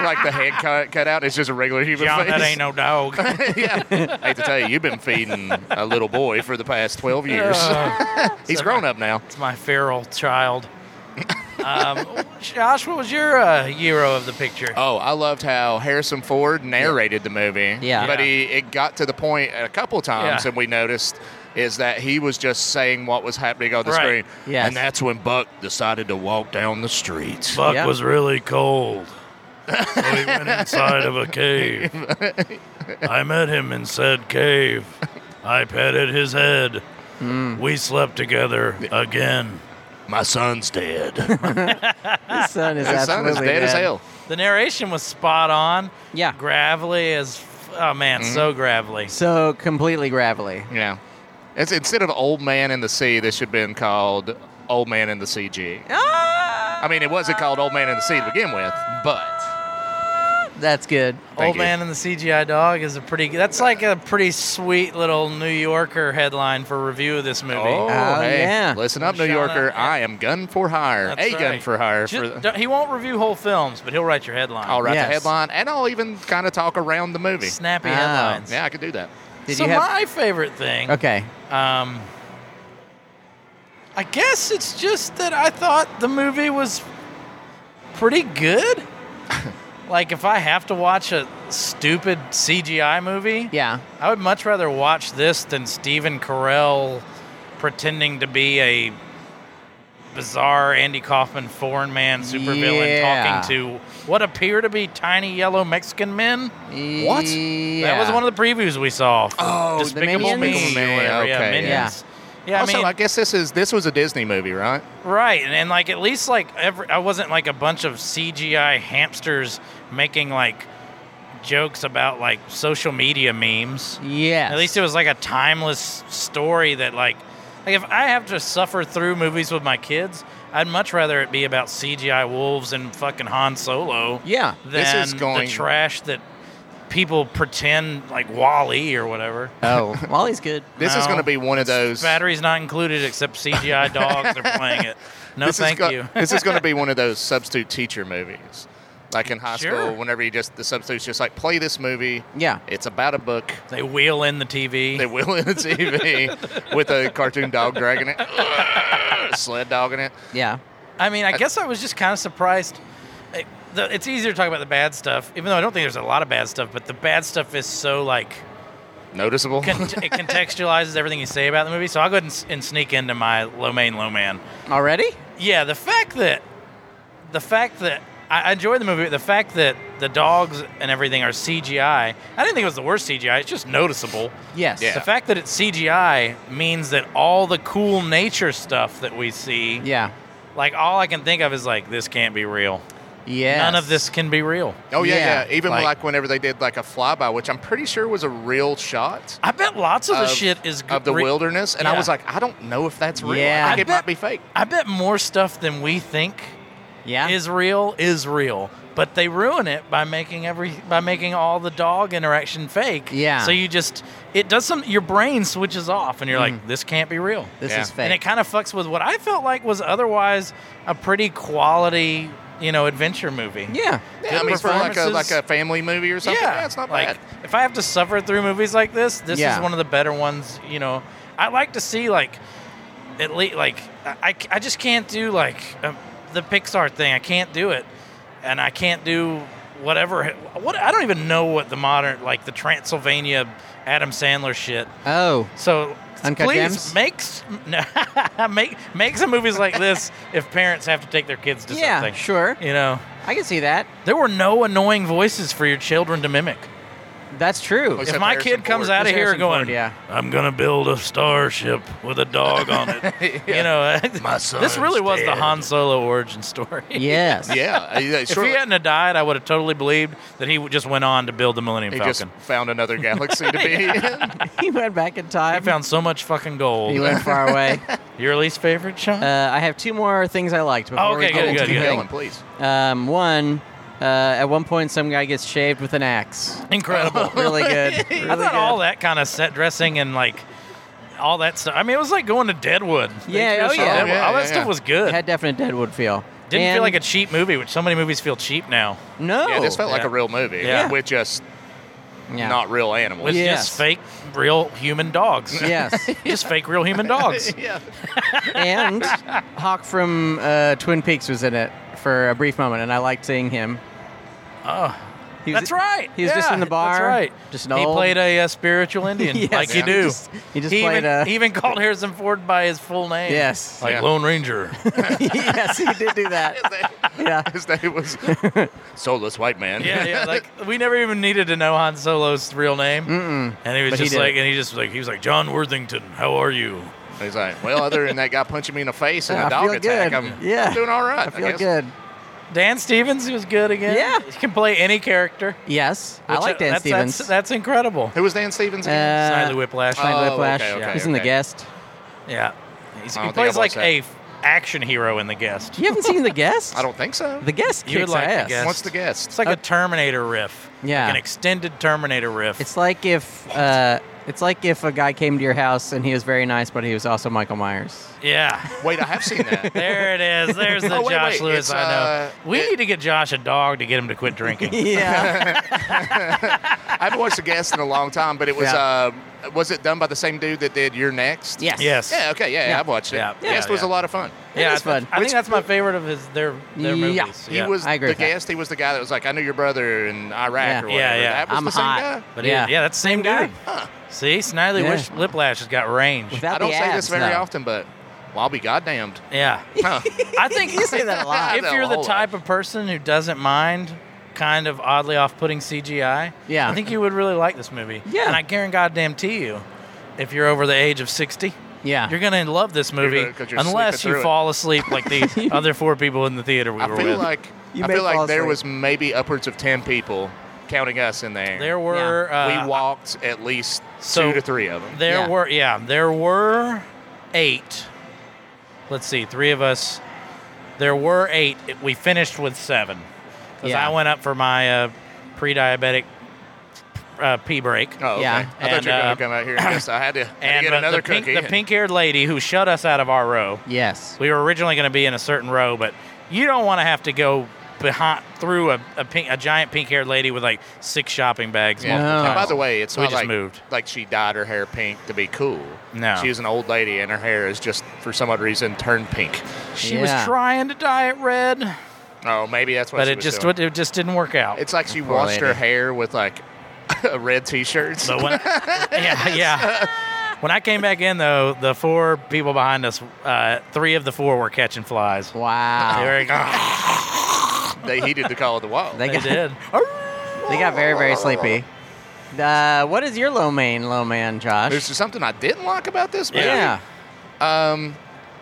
S3: like the head cut, cut out, it's just a regular human
S2: John,
S3: face.
S2: that ain't no dog.
S3: yeah. I hate to tell you, you've been feeding a little boy for the past 12 years.
S2: Uh,
S3: He's grown up now.
S2: it's my feral child. Um, Josh, what was your uh, hero of the picture?
S3: Oh, I loved how Harrison Ford narrated the movie.
S1: Yeah.
S3: But
S2: Yeah.
S3: he it got to the point a couple times
S2: Yeah.
S3: and we noticed is that he was just saying what was happening on the
S2: Right.
S3: screen.
S1: Yes.
S3: And that's when Buck decided to walk down the street.
S2: Buck
S1: Yeah.
S2: was really cold. So he went inside of a cave. I met him in said cave. I petted his head.
S3: Hmm.
S2: We slept together again.
S3: My son's dead.
S2: Ah.
S1: His son is
S3: His son
S1: absolutely
S3: is dead, as hell.
S2: The narration was spot on.
S1: Yeah.
S2: Gravelly as. F- oh,
S3: Hmm.
S2: man, so gravelly.
S1: So completely gravelly.
S3: Yeah. It's instead of Old Man in the Sea, this should have been called Old Man in the CG.
S1: Ah!
S3: I mean, it wasn't called Old Man in the Sea to begin with, but
S1: That's good.
S3: Thank
S2: Old
S3: you.
S2: Man and the CGI Dog is a pretty. That's like a pretty sweet little New Yorker headline for review of this movie.
S3: Oh,
S1: Oh,
S3: hey,
S1: yeah.
S3: Listen up, New
S2: Shout
S3: Yorker.
S2: out.
S3: I am gun for hire.
S2: That's
S3: a gun
S2: right.
S3: for hire.
S2: Ju-
S3: for the-
S2: don't- he won't review whole films, but he'll write your headline.
S3: I'll write
S1: Yes.
S3: the headline, and I'll even kind of talk around the movie.
S2: Snappy
S1: Oh.
S2: headlines.
S3: Yeah, I could do that.
S1: Did
S2: so
S1: you have
S2: my favorite thing,
S1: Okay.
S2: um, I guess it's just that I thought the movie was pretty good. like if I have to watch a stupid CGI movie,
S1: Yeah.
S2: I would much rather watch this than Stephen Carell pretending to be a bizarre Andy Kaufman foreign man supervillain
S1: Yeah.
S2: talking to what appear to be tiny yellow Mexican men.
S3: What?
S1: Yeah.
S2: That was one of the previews we saw. for
S3: Oh, the
S2: Despicable
S1: Minions?
S2: Me. or
S3: Despicable Me,
S2: whatever. Yeah,
S3: okay,
S1: yeah.
S2: Minions. Yeah, I
S3: also,
S2: mean,
S3: I guess this is this was a Disney movie, right?
S2: right, and, and like at least like every, I wasn't like a bunch of CGI hamsters making like jokes about like social media memes.
S1: Yes.
S2: At least it was like a timeless story that like like if I have to suffer through movies with my kids, I'd much rather it be about CGI wolves and fucking Han Solo
S1: Yeah.
S2: than
S3: This is going-
S2: the trash that people pretend like Wally or whatever.
S1: Oh, Wally's good.
S3: This
S2: No.
S3: is going to be one of those.
S2: Batteries not included except CGI dogs are playing it. No
S3: this
S2: thank
S3: is go-
S2: you.
S3: this is going to be one of those substitute teacher movies, like in high
S2: Sure.
S3: school. Whenever you just the substitute's just like play this movie.
S1: Yeah.
S3: It's about a book.
S2: They wheel in the TV.
S3: They will in the TV with a cartoon dog dragging it, sled dogging it.
S1: Yeah.
S2: I mean, I guess I was just kind of surprised. It- the- It's easier to talk about the bad stuff, even though I don't think there's a lot of bad stuff, but the bad stuff is so like
S3: Noticeable.
S2: con- it contextualizes everything you say about the movie. So I'll go ahead and, s- and sneak into my low main low man.
S1: Already?
S2: Yeah, the fact that the fact that I I enjoyed the movie, the fact that the dogs and everything are CGI. I didn't think it was the worst CGI. It's just noticeable.
S1: Yes.
S3: Yeah.
S2: The fact that it's CGI means that all the cool nature stuff that we see,
S1: Yeah.
S2: like all I can think of is like this can't be real.
S1: Yes.
S2: None of this can be real.
S3: Oh yeah,
S1: Yeah,
S3: yeah. Even
S2: like-
S3: like, whenever they did like a flyby, which I'm pretty sure was a real shot
S2: I bet lots of the
S3: Of-
S2: shit is
S3: of the
S2: re-
S3: wilderness, and I
S2: yeah.
S3: was like, I don't know if that's real.
S1: Yeah.
S3: I think
S2: I
S3: it
S2: bet-
S3: might be fake.
S2: I bet more stuff than we think
S1: Yeah.
S2: is real is real but they ruin it by making every by making all the dog interaction fake
S1: Yeah.
S2: so you just it does some your brain switches off and you're like this can't be real
S1: Mm-hmm. this
S3: Yeah.
S1: is
S2: and it
S1: fake.
S2: kind of fucks with what i felt like was otherwise a pretty quality you know adventure movie
S1: yeah.
S3: Yeah, I mean, for like a like a family movie or something. Yeah, it's not
S2: like
S3: bad.
S2: if I have to suffer through movies like this, this
S1: Yeah.
S2: is one of the better ones. You know, I like to see like at least like I, I- I just can't do like um, the Pixar uh, thing. I can't do it. and I can't do whatever. What I don't even know what the modern like the Transylvania Adam Sandler shit.
S1: Oh,
S2: So
S1: Uncut
S2: please
S1: Gems?
S2: makes no, make make some movies like this if parents have to take their kids to
S1: yeah,
S2: something.
S1: sure.
S2: You know,
S1: I can see that.
S2: there were no annoying voices for your children to mimic.
S1: That's true.
S3: Except
S2: if my
S3: Harrison
S2: kid comes
S3: Ford.
S2: out of
S1: Just
S2: here
S1: Harrison
S2: going,
S1: Ford, yeah.
S2: "I'm gonna build a starship with a dog on it," you know, this really was the Han Solo origin story.
S1: Yes.
S3: yeah, uh, yeah,
S2: If
S3: sure.
S2: he hadn't have died, I would have totally believed that he just went on to build the Millennium
S3: He just
S2: Falcon.
S3: found another galaxy to be in.
S1: he went back in
S2: I
S1: time.
S2: found so much fucking gold.
S1: He went far away.
S2: Your least favorite, Sean?
S1: Uh, I have two more things I liked. Before
S2: Oh,
S1: we
S2: okay,
S1: get
S2: good,
S1: into
S2: good,
S1: the
S2: good.
S1: thing.
S3: Ellen, please.
S1: Um, one, uh, at one point, some guy gets shaved with an axe.
S2: Incredible.
S1: Really good.
S2: I
S1: Really
S2: thought
S1: good.
S2: all that kind of set dressing and like all that stuff. I mean, it was like going to Deadwood.
S1: Yeah,
S2: They threw
S1: oh,
S2: us in
S1: yeah.
S2: Deadwood.
S3: Yeah,
S2: all that
S3: yeah,
S2: stuff
S3: yeah.
S2: was good.
S1: It had definite Deadwood feel.
S2: Didn't
S1: And-
S2: feel like a cheap movie, which so many movies feel cheap now.
S1: no.
S3: Yeah, this felt like
S2: Oh, Yeah.
S3: a real movie
S2: Yeah.
S3: with just
S1: Yeah.
S3: not real animals.
S2: With
S1: Yes.
S2: just fake real human dogs.
S1: Yes,
S2: just fake real human dogs.
S3: yeah.
S1: and Hawk from uh, Twin Peaks was in it for a brief moment, and I liked seeing him.
S2: Oh,
S1: He was,
S2: that's right.
S1: He was just
S2: Yeah,
S1: in the bar.
S2: That's right.
S1: Just an
S2: he
S1: old-
S2: played a uh, spiritual Indian,
S1: Yes,
S2: like you
S3: yeah.
S1: He
S2: do.
S1: just, he just
S2: He
S1: played
S2: even,
S1: a
S2: he even called Harrison Ford by his full name.
S1: yes,
S2: Like
S3: Yeah.
S2: Lone Ranger.
S1: yes, he did do that. Yeah,
S3: His name was Soulless White Man.
S2: Yeah, yeah. Like we never even needed to know Han Solo's real name,
S1: Mm-mm.
S2: and he was
S1: But he
S2: just
S1: did.
S2: like, and he just like, he was like, John Worthington, how are you?
S3: He's like, well, other than that guy punching me in the face and
S1: Yeah,
S3: a
S1: I
S3: dog
S1: feel
S3: attack,
S1: good.
S3: I'm
S1: Yeah.
S3: doing all right.
S1: I
S3: I
S1: feel
S3: guess.
S1: good.
S2: Dan Stevens he was good again.
S1: Yeah.
S2: he can play any character.
S1: Yes, I
S2: which,
S1: like
S2: uh,
S1: Dan
S2: that's,
S1: Stevens.
S2: That's, that's incredible.
S3: Who was Dan Stevens again?
S1: Uh,
S2: Snidely Whiplash.
S3: Oh,
S1: Snidely
S3: okay,
S1: Whiplash.
S3: okay,
S1: He's in the
S3: okay.
S1: guest.
S2: yeah, He's,
S3: I
S2: he
S3: don't think
S2: plays
S3: I've
S2: like
S3: watched
S2: a f- action hero in The Guest.
S1: You haven't seen the guest?
S3: I don't think so.
S1: Uh, The guest
S2: You would
S1: kicks
S2: like The
S1: ass.
S2: Guest.
S3: What's the
S2: It's
S3: guest? Uh,
S2: like
S1: Oh.
S2: a Terminator riff.
S1: Yeah.
S2: like an extended Terminator riff.
S1: It's like if uh, it's like if a guy came to your house and he was very nice, but he was also Michael Myers.
S2: yeah.
S3: Wait, I have seen that.
S2: There it is. There's the
S3: Oh, wait,
S2: Josh
S3: wait.
S2: Lewis
S3: It's,
S2: I know.
S3: uh,
S2: we
S3: it-
S2: need to get Josh a dog to get him to quit drinking.
S1: Yeah.
S3: I haven't watched The Guest in a long time, but it was
S1: Yeah.
S3: uh, was it done by the same dude that did Your Next?
S1: yes.
S2: Yes.
S3: Yeah. Okay. Yeah,
S1: Yeah.
S3: I've watched it.
S2: Yeah, yeah,
S3: Guest was
S2: yeah.
S3: a lot of fun.
S2: Yeah,
S1: is
S2: I th-
S1: fun.
S2: I think that's my favorite of his their their
S1: Yeah.
S2: movies.
S3: He was
S1: I agree
S3: the
S1: with that.
S3: guest. He was the guy that was like, "I knew your brother in Iraq
S1: Yeah.
S3: or
S2: Yeah,
S3: whatever."
S2: yeah.
S3: That was
S1: I'm
S3: the same
S1: hot.
S3: guy.
S2: but
S1: Yeah.
S2: yeah, yeah, that's the same,
S1: guy.
S2: dude. See, Snidely
S1: Yeah.
S2: Wish Liplash has got range.
S1: Without
S3: I don't
S1: the
S3: say
S1: abs,
S3: this very
S1: though.
S3: often, but well, I'll be goddamned.
S2: yeah,
S3: Huh.
S2: I think
S1: You say that a lot.
S2: If
S3: I know,
S2: you're
S3: a
S2: the
S3: whole
S2: type of person who doesn't mind kind of oddly off-putting CGI,
S1: Yeah.
S2: I think you would really like this movie.
S1: Yeah.
S2: and I guarantee goddamn to you, if you're over the age of sixty.
S1: Yeah.
S2: You're gonna love this movie
S3: gonna- 'cause you're
S2: unless
S3: sleeping
S2: you
S3: through it.
S2: fall asleep like the other four people in the theater we
S3: I
S2: were
S3: feel
S2: with.
S3: like
S1: You
S3: I
S1: may
S3: feel
S1: fall
S3: like there
S1: asleep.
S3: was maybe upwards of ten people, counting us in there.
S2: there were uh,
S3: we walked at least
S2: so-
S3: two to three of them.
S2: There
S1: Yeah.
S2: were yeah, there were eight. Let's see, three of us. There were eight. We finished with seven because
S1: Yeah.
S2: I went up for my uh, pre-diabetic uh, pee break.
S3: Oh, okay.
S1: Yeah.
S3: I thought
S2: And,
S3: you were
S2: uh,
S3: going to come out here and guess. I had to, I had to
S2: And
S3: get
S2: uh,
S3: another
S2: the, pink,
S3: cookie.
S2: the
S3: and-
S2: pink-haired lady who shut us out of our row.
S1: Yes.
S2: We were originally going to be in a certain row, but you don't want to have to go behind through a, a, pink, a giant pink-haired lady with like six shopping bags.
S3: Yeah.
S2: multiple
S1: No.
S3: And
S2: times.
S3: by the way, it's
S2: We
S3: not
S2: just
S3: like,
S2: moved.
S3: like she dyed her hair pink to be cool.
S2: No.
S3: She was an old lady, and her hair is just, for some odd reason, turned pink.
S2: she was
S1: Yeah.
S2: trying to dye it red,
S3: Oh, maybe that's what
S2: but
S3: she
S2: it
S3: was
S2: just
S3: doing.
S2: it just didn't work out.
S3: It's like she
S1: Poor
S3: washed her
S1: lady.
S3: hair with, like, a red T-shirt.
S2: But when I, yeah, yeah. When I came back in, though, the four people behind us, uh, three of the four were catching flies. They
S1: Wow.
S2: were like, "Ah,"
S3: they Oh, heeded the call of the wall.
S1: They
S2: they
S1: got
S2: did.
S1: they got very very sleepy. Uh, what is your low main low man, Josh?
S3: There's something I didn't like about this movie.
S1: yeah.
S3: Um,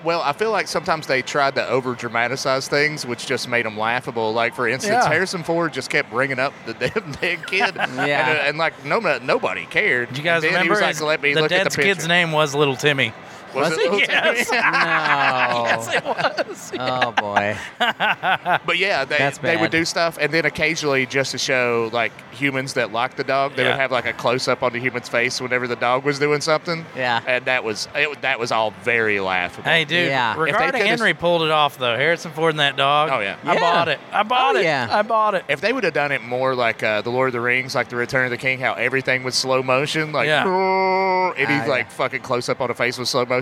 S3: well, I feel like sometimes they tried to over dramatize things, which just made them laughable. Like, for instance,
S2: Yeah.
S3: Harrison Ford just kept bringing up the damn dead kid. And, uh, and, like, no, no- nobody cared.
S2: Did you guys
S3: And then
S2: remember?
S3: He was
S2: his-
S3: like, let me
S2: the
S3: look
S2: dead
S3: at the picture.
S2: kid's name was Little Timmy.
S3: Was,
S1: Was
S3: it?
S1: it?
S3: Yes.
S1: No.
S2: It was.
S1: oh boy.
S3: but yeah, they,
S1: That's
S3: they would
S1: bad.
S3: do stuff. And then occasionally, just to show like humans that like the dog, they
S2: Yeah.
S3: would have like a close up on the human's face whenever the dog was doing something.
S1: Yeah.
S3: And that was it, that was all very laughable.
S2: Hey, dude.
S1: Yeah. If they
S2: Regarding
S3: could've-
S2: Henry pulled it off, though. Harrison Ford and that dog.
S3: Oh, yeah.
S2: I
S1: Yeah.
S2: bought it. I bought
S1: Oh,
S2: it.
S1: yeah.
S2: I bought it.
S3: If they would have done it more like uh, the Lord of the Rings, like the Return of the King, how everything was slow motion, like
S2: Yeah.
S3: and
S1: Ah,
S3: he's like
S1: yeah.
S3: fucking close up on the face with slow motion,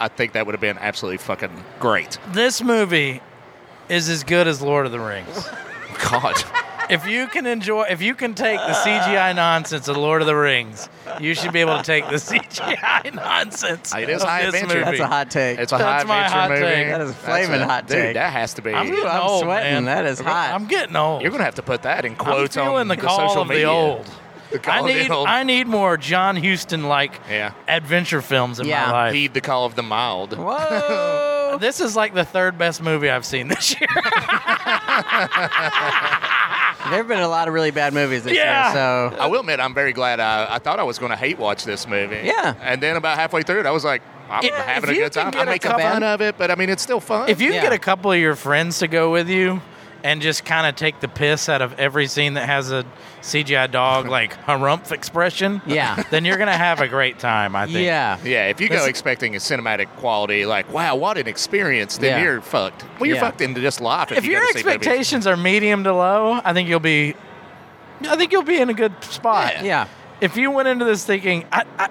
S3: I think that would have been absolutely fucking great.
S2: This movie is as good as Lord of the Rings.
S3: God.
S2: if you can enjoy, if you can take the CGI nonsense of Lord of the Rings, you should be able to take the CGI nonsense.
S3: It is
S2: of
S3: high
S2: this
S3: adventure.
S2: movie.
S1: That's a hot take.
S3: It's a
S2: That's my
S3: high adventure
S2: hot
S3: movie.
S2: take.
S1: That is
S3: That's
S1: flaming
S3: a-
S1: hot
S3: dude,
S1: take.
S3: That has to be.
S2: I'm getting
S1: I'm
S2: old,
S1: sweating.
S2: man.
S1: That is hot.
S2: I'm getting old.
S3: You're gonna have to put that in
S2: I'm
S3: quotes
S2: feeling
S3: on
S2: the call
S3: social
S2: of
S3: media.
S2: the old.
S3: The
S2: I
S3: call of the
S2: need
S3: old.
S2: I need more John Huston like
S3: Yeah.
S2: adventure films in
S1: Yeah.
S2: my life.
S3: Heed the call of the mild.
S1: Whoa!
S2: this is like the third best movie I've seen this year.
S1: there have been a lot of really bad movies this
S2: Yeah.
S1: year, so
S3: I will admit, I'm very glad. I, I thought I was going to hate watch this movie.
S1: Yeah.
S3: And then about halfway through it, I was like, I'm
S2: If-
S3: having a
S2: if you
S3: good
S2: can
S3: time.
S2: get
S3: I
S2: a
S3: make
S1: couple-
S3: fun of it, but I mean, it's still fun.
S2: if you
S1: Yeah.
S2: get a couple of your friends to go with you and just kind of take the piss out of every scene that has a CGI dog like harumph expression,
S1: Yeah.
S2: then you're gonna have a great time. I think.
S1: yeah.
S3: yeah, if you go
S2: Listen-
S3: expecting a cinematic quality, like wow, what an experience, then
S1: Yeah.
S3: you're fucked. Well, you're
S1: Yeah.
S3: fucked into this life. If,
S2: If
S3: you go
S2: your
S3: to see movies.
S2: expectations are medium to low, I think you'll be, I think you'll be in a good spot.
S3: Yeah.
S1: Yeah.
S2: If you went into this thinking, I, I,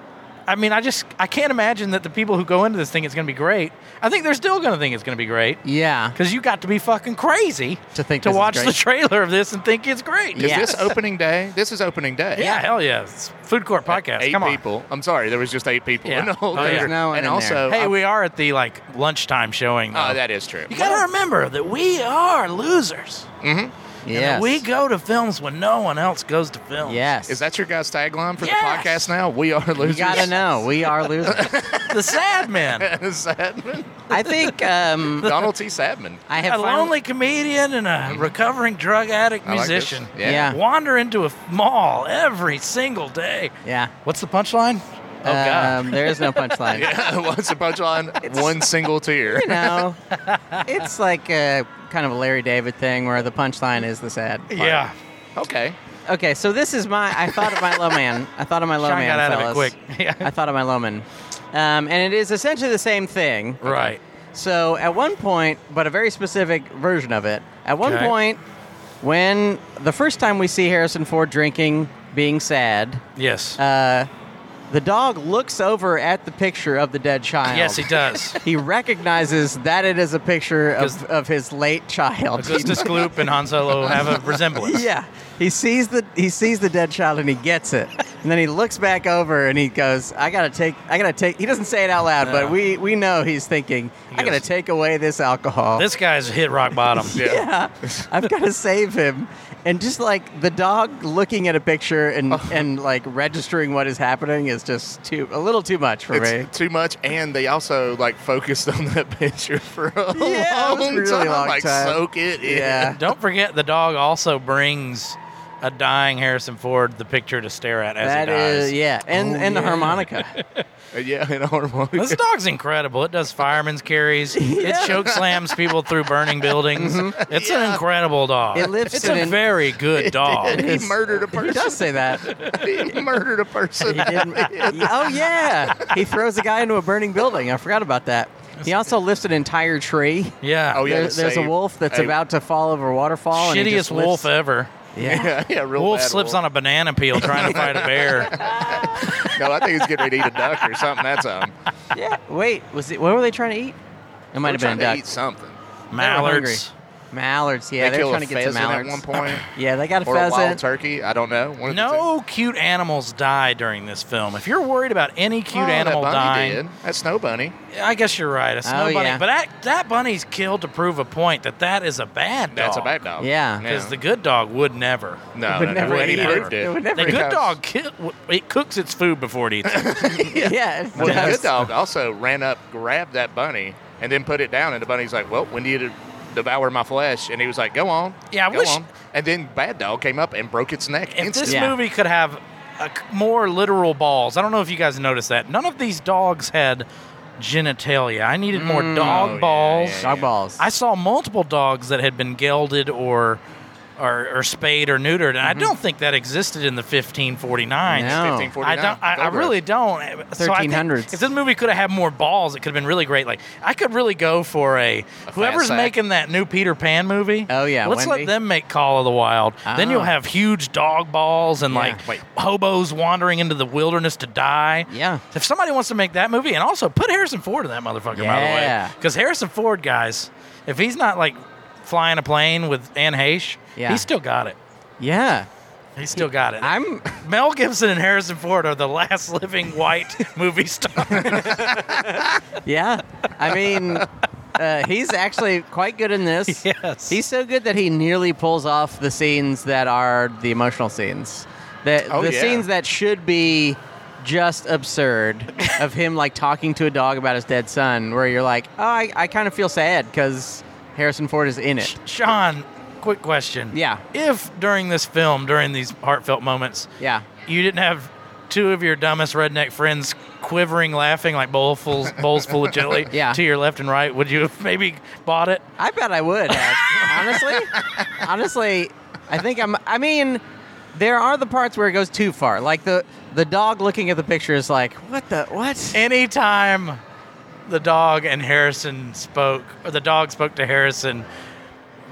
S2: I mean, I just I can't imagine that the people who go into this think it's gonna be great. I think they're still gonna think it's gonna be great.
S1: Yeah.
S2: Because you got to be fucking crazy
S1: To think
S2: to
S1: this is
S2: watch the
S1: great.
S2: trailer of this and think it's great.
S1: Yeah.
S3: Is this opening day? This is opening day.
S2: Yeah, hell yeah. It's food court podcast.
S3: Eight
S2: Come on.
S3: people. I'm sorry, there was just eight people
S2: Yeah.
S3: in the whole
S2: Oh, yeah.
S3: theater.
S1: There's no one
S3: and
S1: in there.
S3: also,
S2: Hey,
S3: I'm-
S2: we are at the like lunchtime showing. Though.
S3: oh, that is true.
S2: you gotta remember that we are losers. And that
S1: Yes.
S2: We go to films when no one else goes to films.
S1: Yes.
S3: Is that your guys' tagline for
S2: Yes.
S3: the podcast now? We are
S1: you
S3: losers.
S1: gotta know we are losers.
S2: The sad man.
S3: Sadman.
S1: I think um,
S3: Donald T. Sadman.
S1: I have
S2: a
S1: finally-
S2: lonely comedian and a recovering drug addict
S3: I like this.
S2: musician.
S1: Yeah.
S2: Wander into a mall every single day.
S1: Yeah.
S2: What's the punchline? Oh, God.
S1: Um, there is no punchline.
S3: Yeah, what's the punchline? One single tear.
S1: You know, it's like a kind of a Larry David thing where the punchline is the sad. part.
S2: Yeah.
S3: Okay.
S1: Okay, so this is my. I thought of my low man. I thought of my low
S2: Sean
S1: man.
S2: got out of it
S1: fellas.
S2: quick. Yeah.
S1: I thought of my low man. Um, and it is essentially the same thing.
S2: Right.
S1: So at one point, but a very specific version of it. At one
S2: Okay.
S1: point, when the first time we see Harrison Ford drinking, being sad,
S2: Yes.
S1: uh, the dog looks over at the picture of the dead child.
S2: yes, he does.
S1: He recognizes that it is a picture of,
S2: Because-
S1: of his late child.
S2: Augustus Gloop and Han Solo have a resemblance.
S1: yeah, he sees the he sees the dead child and he gets it, and then he looks back over and he goes, "I gotta take, I gotta take." He doesn't say it out loud,
S2: No.
S1: but we we know he's thinking,
S2: He
S1: "I gotta
S2: goes,
S1: take away this alcohol."
S2: This guy's hit rock bottom.
S1: yeah, I've got to save him. And just like the dog looking at a picture and,
S2: Oh.
S1: and like registering what is happening is just too a little too much for me.
S3: It's too much, and they also like focused on that picture for a
S1: Yeah, it was
S3: long,
S1: a really
S3: time.
S1: long
S3: like
S1: time.
S3: soak it in.
S1: Yeah.
S2: Don't forget the dog also brings a dying Harrison Ford the picture to stare at as
S1: That
S2: he dies.
S1: is, yeah, and
S3: Oh,
S1: and the
S3: yeah.
S1: harmonica.
S3: Uh, yeah, in harmonica.
S2: This dog's incredible. It does fireman's carries. It choke slams people through burning buildings. It's an incredible dog.
S1: It lives
S2: it's
S1: in
S2: a
S1: an-
S2: very good dog.
S3: And he
S1: It's-
S3: murdered a
S1: he
S3: person.
S1: does say that.
S3: he murdered a person.
S1: He didn't. oh yeah, he throws a guy into a burning building. I forgot about that. He also lifts an entire tree.
S2: Yeah.
S3: Oh, yeah.
S1: There-
S3: to
S1: there's a
S3: save
S1: wolf that's
S3: a-
S1: about to fall over a waterfall. and he
S2: Shittiest
S1: just
S2: wolf
S1: lifts-
S2: ever.
S1: Yeah.
S3: Yeah, yeah, real
S2: Wolf
S3: bad
S2: slips
S3: wolf.
S2: on a banana peel trying to fight a bear.
S3: No, I think he's getting ready to eat a duck or something. That's um.
S1: yeah. Wait, was it? What were they trying to eat? It might
S3: We're
S1: have
S3: trying
S1: been
S3: to
S1: duck.
S3: eat something.
S2: Mallards.
S1: Mallards. Yeah,
S3: they
S1: are
S3: killed
S1: trying
S3: a
S1: to get some
S3: pheasant at
S1: mallards.
S3: one point,
S1: Yeah, they got a
S3: or a wild
S1: pheasant.
S3: turkey. I don't know. One of the two.
S2: No cute animals die during this film. If you're worried about any cute
S3: Oh,
S2: animal
S3: that bunny
S2: dying,
S3: Did. That snow bunny.
S2: I guess you're right. A snow
S1: Oh,
S2: bunny,
S1: yeah.
S2: but that that bunny's killed to prove a point that that is a bad dog.
S3: That's a bad dog.
S1: Yeah.
S2: Because the good dog would never.
S3: no,
S1: It would
S3: no,
S1: never
S3: no, and he
S2: eat it.
S3: proved
S1: It would
S3: it.
S1: never
S2: The
S1: Every
S2: good
S3: Because-
S2: dog ki- it cooks its food before it eats it.
S1: yeah. it
S3: Well, the
S1: does.
S3: good dog also ran up, grabbed that bunny, and then put it down. And the bunny's like, "Well, when do you devour my flesh?" And he was like, "Go on,
S2: Yeah, I
S3: go
S2: wish-
S3: on." And then bad dog came up and broke its neck.
S2: if this
S3: instantly.
S1: Yeah.
S2: movie could have a c more literal balls, I don't know if you guys noticed that. None of these dogs had genitalia. I needed more
S1: Mm.
S3: Oh,
S2: dog
S3: yeah,
S2: balls.
S3: yeah,
S1: Dog balls.
S2: I saw multiple dogs that had been gelded or or, or spayed or neutered, and I don't think that existed in the 1549s.
S1: Mm-hmm. No. Oh.
S2: I
S3: 1549.
S2: don't. I, I
S3: Goldberg.
S2: really don't. So I think
S1: 1300s.
S2: If this movie could have had more balls, it could have been really great. Like I could really go for a, whoever's
S3: sack.
S2: making that new Peter Pan movie.
S1: Oh, yeah,
S2: let's
S1: Wendy.
S2: let them make Call of the Wild. Then you'll
S1: Oh.
S2: have huge dog balls and
S1: Yeah.
S2: like
S3: Wait.
S2: hobos wandering into the wilderness to die.
S1: Yeah.
S2: If somebody wants to make that movie, and also put Harrison Ford in that motherfucker, by the
S1: Yeah.
S2: way, because Harrison Ford, guys, if he's not like flying a plane with Anne Heche.
S1: Yeah.
S2: He still got it.
S1: Yeah.
S2: He still got it.
S1: I'm.
S2: Mel Gibson and Harrison Ford are the last living white movie stars.
S1: Yeah. I mean, uh, he's actually quite good in this.
S2: yes.
S1: He's so good that he nearly pulls off the scenes that are the emotional scenes. That
S3: Oh,
S1: the
S3: yeah.
S1: scenes that should be just absurd of him like talking to a dog about his dead son, where you're like, oh, I, I kind of feel sad because Harrison Ford is in it.
S2: Sean, quick question.
S1: Yeah.
S2: If during this film, during these heartfelt moments,
S1: Yeah.
S2: you didn't have two of your dumbest redneck friends quivering, laughing like bowlfuls, bowls full of jelly
S1: Yeah.
S2: to your left and right, would you have maybe bought it?
S1: I bet I would. have. honestly, honestly, I think I'm. I mean, there are the parts where it goes too far. Like the the dog looking at the picture is like, what the what?
S2: Anytime the dog and Harrison spoke, or the dog spoke to Harrison,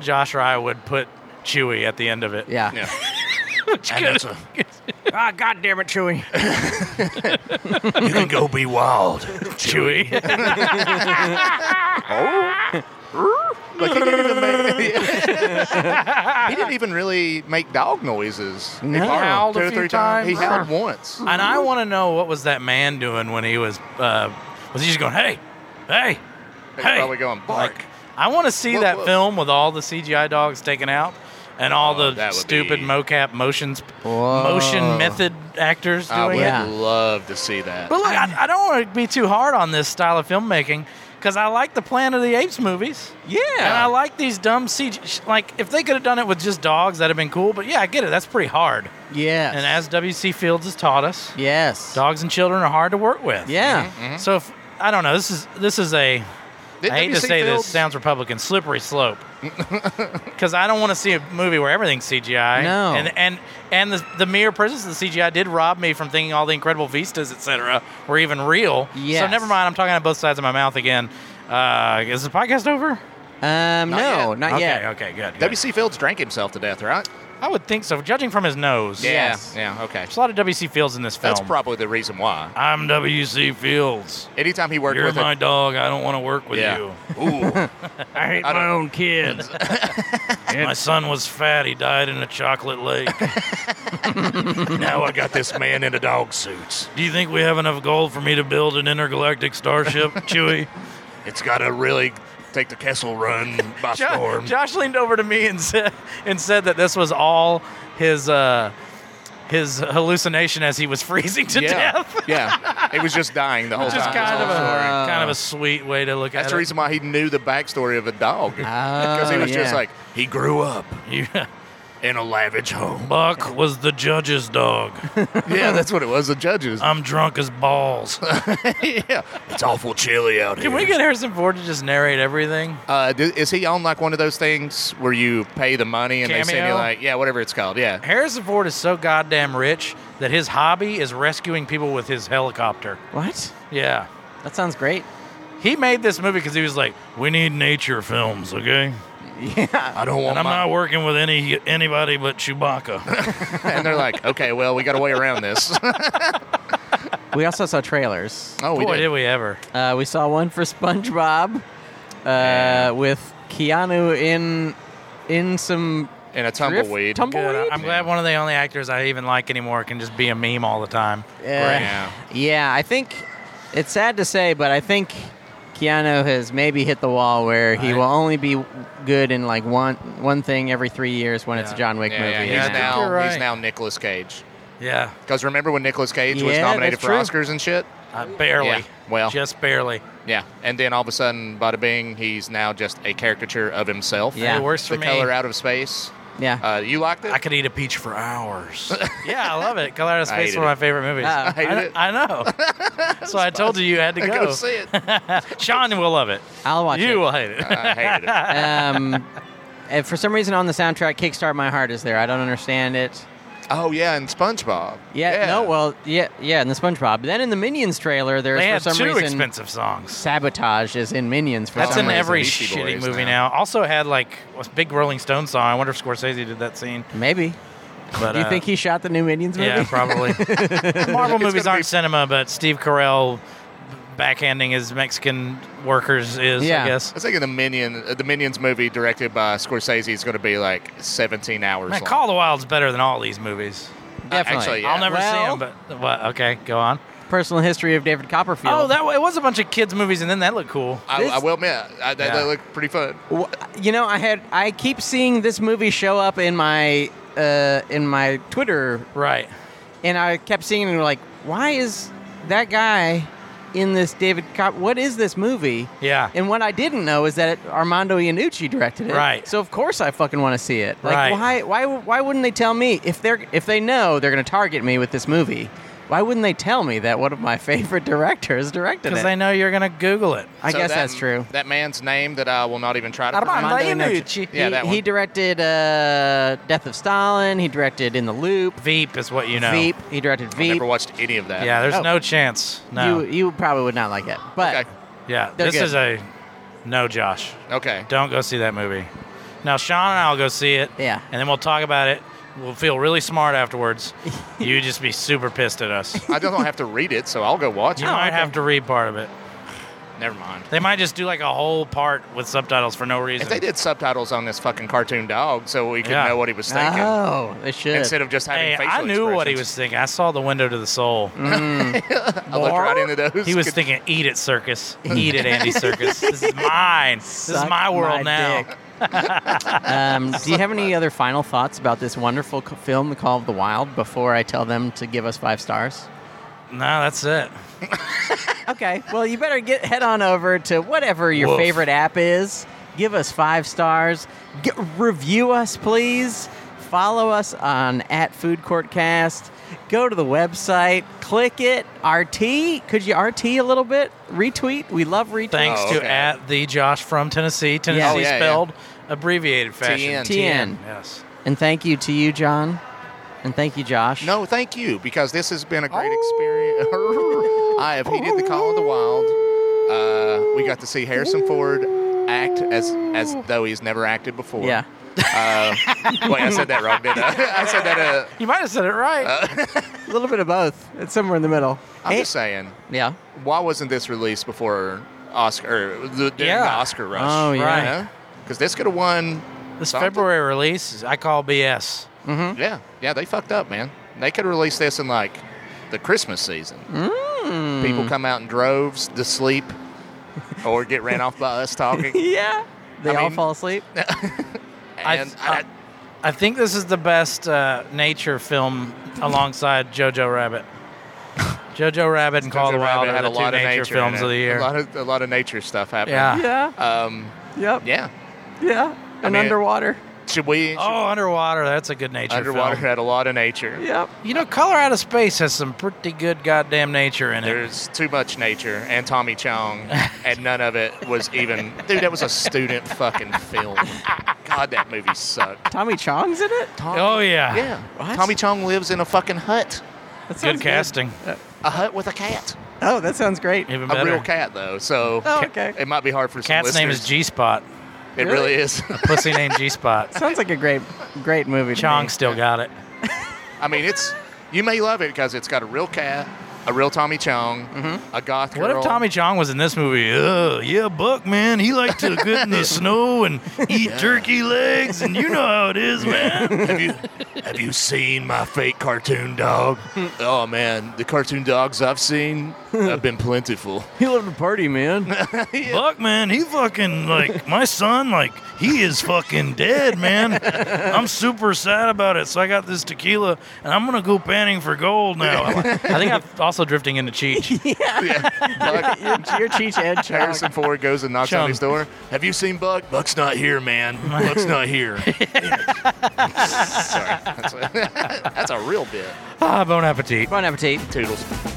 S2: Josh Rye would put Chewy at the end of it.
S1: Yeah.
S3: Yeah.
S2: Which
S3: And
S2: could-
S3: that's a-
S4: Oh,
S1: Ah, God damn it, Chewy.
S3: You can go be wild.
S2: Chewy.
S3: Like, he, didn't even make- he didn't even really make dog noises.
S1: No.
S3: He
S2: Howled
S3: howled
S2: a
S3: two or
S2: few
S3: three times. He
S2: times.
S3: howled once.
S2: And I want to know what was that man doing when he was uh, was he just going hey, hey,
S3: He's
S2: hey?
S3: probably going, "Bark."
S2: Like, I want to see
S3: Woof,
S2: that
S3: woof.
S2: film with all the CGI dogs taken out and all
S3: Oh,
S2: the
S3: that would
S2: stupid
S3: be-
S2: mocap motions
S1: Whoa.
S2: motion method actors
S3: I would
S2: doing it.
S1: Yeah.
S3: love to see that.
S2: But look, I, I don't want to be too hard on this style of filmmaking because I like the Planet of the Apes movies.
S1: Yeah.
S2: And I like these dumb CG. sh- Like, if they could have done it with just dogs, that'd have been cool. But yeah, I get it. That's pretty hard.
S1: Yes.
S2: And as W.C. Fields has taught us,
S1: yes.
S2: dogs and children are hard to work with.
S1: Yeah.
S3: Mm-hmm.
S2: So if I don't know, this is this is a. I
S3: Didn't
S2: hate to
S3: W.C.
S2: say
S3: Fields-
S2: this, sounds Republican, slippery slope. Because I don't want to see a movie where everything's CGI.
S1: No.
S2: And and and the, the mere presence of the CGI did rob me from thinking all the incredible vistas, etc., were even real. So
S1: Yes.
S2: never mind. I'm talking out both sides of my mouth again. Uh, is the podcast over?
S1: Um,
S3: Mm-hmm. Not
S1: no,
S3: yet.
S1: not
S2: okay.
S1: yet.
S2: Okay. Good. good.
S3: W.C. Fields drank himself to death, right?
S2: I would think so, judging from his nose.
S1: Yes.
S3: Yeah. yeah, Okay.
S2: There's a lot of W.C. Fields in this film.
S3: That's probably the reason why.
S2: I'm W.C. Fields.
S3: Anytime he worked
S2: You're
S3: with
S2: my
S3: a,
S2: dog. I don't want to work with
S3: yeah.
S2: you.
S3: Ooh.
S4: I hate
S3: I
S4: my
S3: don't-
S4: own kids.
S2: My son was fat. He died in a chocolate lake.
S3: now I got this man in a dog suit.
S2: Do you think we have enough gold for me to build an intergalactic starship, Chewie?
S3: It's got to really take the Kessel Run by storm.
S2: Josh leaned over to me and said, and said that this was all his uh, his hallucination as he was freezing to
S3: yeah.
S2: death.
S3: yeah. He was just dying the whole
S2: Just
S3: time.
S2: kind of a
S1: Wow.
S2: kind of a sweet way to look
S3: That's
S2: at
S3: the reason why he knew the backstory of a dog.
S2: Ah,
S3: Because he
S1: Oh,
S3: was just
S1: yeah.
S3: like, he grew up
S2: it. Yeah.
S3: in a lavish home.
S2: Buck was the judge's dog.
S3: yeah, that's what it was. The judges.
S2: I'm drunk as balls.
S3: yeah. It's awful chilly out
S2: Can we get Harrison Ford to just narrate everything?
S3: Uh, do, is he on like one of those things where you pay the money and they send you
S2: Cameo?
S3: like, yeah, whatever it's called. Yeah.
S2: Harrison Ford is so goddamn rich that his hobby is rescuing people with his helicopter.
S1: What?
S2: Yeah.
S1: That sounds great.
S2: He made this movie because he was like, "We need nature films, okay?"
S1: Yeah.
S3: I don't want
S2: And I'm
S3: my.
S2: not working with any anybody but Chewbacca.
S3: and they're like, okay, well, we got a way around this.
S1: We also saw trailers.
S3: oh, we
S2: Boy,
S3: did.
S2: did we ever!
S1: Uh, we saw one for SpongeBob uh, with Keanu in in some
S3: In a
S1: drift-
S3: tumbleweed.
S2: Good.
S1: tumbleweed.
S2: uh, I'm glad one of the only actors I even like anymore can just be a meme all the time.
S1: Uh,
S3: Yeah.
S1: yeah, I think it's sad to say, but I think Keanu has maybe hit the wall where he
S2: Right.
S1: will only be good in like one one thing every three years when it's a
S2: Yeah.
S1: John Wick
S3: yeah,
S1: movie.
S3: yeah, he's,
S2: Yeah, I think
S3: now,
S2: you're right.
S3: he's now Nicolas Cage.
S2: Yeah,
S3: Because remember when Nicolas Cage was
S1: Yeah,
S3: nominated
S1: that's
S3: for
S1: true.
S3: Oscars and shit?
S2: I barely.
S3: Yeah, well.
S2: just barely.
S3: Yeah. And then all of a sudden, bada bing, he's now just a caricature of himself.
S1: Yeah.
S2: It works for
S3: The
S2: me.
S3: color out of space.
S1: Yeah.
S3: Uh, you liked it?
S2: I could eat a peach for hours. yeah, I love it. Color Out of
S3: I
S2: Space is
S3: hated
S2: one of my
S3: it.
S2: favorite movies.
S1: Ah. I
S3: hated
S2: I,
S3: it.
S2: I know. so I told you you had to go.
S3: go see it.
S2: Sean will love it.
S1: I'll watch
S2: you
S1: it.
S2: will hate it.
S3: I hated it.
S1: um, and for some reason on the soundtrack, "Kickstart My Heart" is there. I don't understand it.
S3: Oh yeah, and SpongeBob.
S1: Yeah, no, well, yeah, yeah, in the SpongeBob. Then in the Minions trailer, there's
S2: they
S1: for
S2: had
S1: some
S2: two
S1: reason
S2: expensive songs.
S1: sabotage is in Minions. For
S2: That's
S1: some
S2: in
S1: reason.
S2: every
S3: Beastie
S2: shitty
S3: Boys
S2: movie now.
S3: now.
S2: Also had like a big Rolling Stone song. I wonder if Scorsese did that scene.
S1: Maybe.
S2: But
S1: Do you
S2: uh,
S1: think he shot the new Minions movie?
S2: Yeah, probably. Marvel movies
S3: gonna
S2: aren't
S3: be-
S2: cinema, but Steve Carell backhanding his Mexican workers is,
S1: Yeah.
S2: I guess.
S3: I was thinking the Minion, uh, the Minions movie directed by Scorsese is going to be like 17 hours.
S2: Man,
S3: long.
S2: Call of the Wild's better than all these movies.
S1: Definitely.
S3: actually, yeah.
S2: I'll never see
S1: Well-
S2: him, but what? Okay, go on.
S1: Personal history of David Copperfield.
S2: Oh, that it was a bunch of kids movies, and then that looked cool.
S3: I,
S1: this-
S3: I will admit, I, that,
S2: Yeah.
S3: that looked pretty fun.
S1: W- You know, I had I keep seeing this movie show up in my uh, in my Twitter,
S2: Right.
S1: and I kept seeing it and like, why is that guy in this David Cop? What is this movie?
S2: Yeah.
S1: And what I didn't know is that Armando Iannucci directed it.
S2: Right.
S1: So of course I fucking want to see it. Like
S2: Right.
S1: why why why wouldn't they tell me if they're if they know they're going to target me with this movie? Why wouldn't they tell me that one of my favorite directors directed
S2: Because
S1: it?
S2: they know you're gonna Google it.
S1: I
S3: So
S1: guess
S3: that-
S1: that's true.
S3: That man's name that I will not even try to pronounce.
S1: Armando
S2: Iannucci.
S3: Yeah,
S1: he,
S3: that one.
S1: he directed uh, Death of Stalin. He directed In the Loop,
S2: Veep is what you know.
S1: Veep. He directed
S3: I
S1: Veep.
S3: never watched any of that.
S2: Yeah, there's
S1: Oh.
S2: no chance. No.
S1: You you probably would not like it, but
S3: Okay.
S2: yeah,
S1: they're
S2: this
S1: good.
S2: is a no, Josh.
S3: Okay.
S2: Don't go see that movie. Now Sean and I'll go see it.
S1: Yeah.
S2: And then we'll talk about it. We'll feel really smart afterwards. you just be super pissed at us.
S3: I don't have to read it, so I'll go watch
S1: Oh,
S2: You
S3: it.
S2: might have to read part of it.
S3: Never mind.
S2: They might just do like a whole part with subtitles for no reason.
S3: If they did subtitles on this fucking cartoon dog, so we could
S2: Yeah.
S3: know what he was thinking,
S1: oh, they should.
S3: instead of just having
S2: Hey,
S3: facial
S2: I knew what he
S3: expressions.
S2: was thinking. I saw the window to the soul.
S1: Mm.
S3: I looked right into those.
S2: He was
S3: Good-
S2: thinking, "Eat it, circus. Eat it, Andy, circus. This is mine. This is
S1: Suck
S2: my
S1: my
S2: world now."
S1: dick. um, do you have any other final thoughts about this wonderful c- film, The Call of the Wild, before I tell them to give us five stars?
S2: No, that's it.
S1: Okay. Well, you better get head on over to whatever your
S2: Woof.
S1: favorite app is. Give us five stars. G- review us, please. Follow us on at Food Court Cast. Go to the website. Click it. RT. Could you RT a little bit? Retweet. We love retweets.
S2: Thanks
S3: Oh,
S2: to
S3: okay.
S2: at the Josh from Tennessee. Tennessee
S1: Oh,
S3: yeah, yeah.
S2: spelled abbreviated fashion.
S3: TN.
S1: TN.
S2: Yes.
S1: And thank you to you, John. And thank you, Josh.
S3: No, thank you, because this has been a great
S1: Oh.
S3: experience. I have heeded the call of the wild. Uh, we got to see Harrison Ford act as as though he's never acted before.
S1: Yeah.
S3: Uh, wait, I said that wrong, didn't I? I said that. Uh,
S2: You might have said it right.
S1: A little bit of both. It's somewhere in the middle.
S3: I'm
S1: Eh,
S3: just saying,
S1: yeah.
S3: why wasn't this released before Oscar? Or the, during the
S2: Yeah.
S3: Oscar rush.
S1: Oh, yeah.
S2: Right.
S3: Because this could have won.
S2: this
S3: something.
S2: February release, is- I call BS.
S3: Yeah, yeah, they fucked up, man. They could release this in like the Christmas season.
S2: Hmm.
S3: People come out in droves to sleep, or get ran off by us talking.
S1: Yeah. They all
S3: mean-
S1: fall asleep.
S3: And I,
S2: I, I think this is the best uh, nature film alongside Jojo Rabbit. Jojo Rabbit and Call of the Wild are
S3: had
S2: the
S3: a
S2: two
S3: lot of
S2: nature,
S3: nature in
S2: films
S3: it.
S2: of the year.
S3: A lot of a lot of nature stuff happened.
S2: Yeah.
S1: Yeah.
S3: Um,
S1: Yep.
S3: yeah.
S1: Yeah. And
S3: mean-
S1: underwater.
S3: Should we? should-
S2: Oh, underwater. That's a good nature
S3: underwater
S2: film.
S3: had a lot of nature.
S1: Yep.
S2: You know, Color Out of Space has some pretty good goddamn nature in it.
S3: There's too much nature and Tommy Chong, and none of it was even. Dude, that was a student fucking film. God, that movie sucked.
S1: Tommy Chong's in it?
S3: Tommy,
S2: oh, yeah.
S3: Yeah.
S1: What?
S3: Tommy Chong lives in a fucking hut.
S1: That sounds
S2: Good casting.
S3: A hut with a cat.
S1: Oh, that sounds great.
S2: Even
S3: A
S2: better.
S3: real cat, though. So
S1: Oh, okay.
S3: it might be hard for some
S2: Cat's name is
S3: listeners.
S2: G Spot.
S3: It really is.
S2: Pussy named G Spot.
S1: Sounds like a great, great movie. to
S2: Chong
S1: me.
S2: still got it.
S3: I mean, it's. You may love it because it's got a real cat, a real Tommy Chong, a goth girl.
S2: Mm-hmm. What if Tommy Chong was in this movie? Uh, yeah, Buck, man. He liked to get in the snow and eat turkey legs, and you know how it is, man.
S3: have you have you seen my fake cartoon dog? oh man, the cartoon dogs I've seen have been plentiful.
S1: He loved to party, man.
S2: Buck, man, he fucking, like, my son, like, he is fucking dead, man. I'm super sad about it, so I got this tequila, and I'm going to go panning for gold now. I think I'm also drifting into Cheech.
S3: Buck,
S1: Your your Cheech and Chong.
S3: Harrison Ford goes and knocks on
S2: Chong.
S3: his door. Have you seen Buck? Buck's not here, man. Buck's not here. Sorry, that's a, that's a real bit.
S2: ah, bon appetit.
S1: Bon appetit.
S3: Toodles.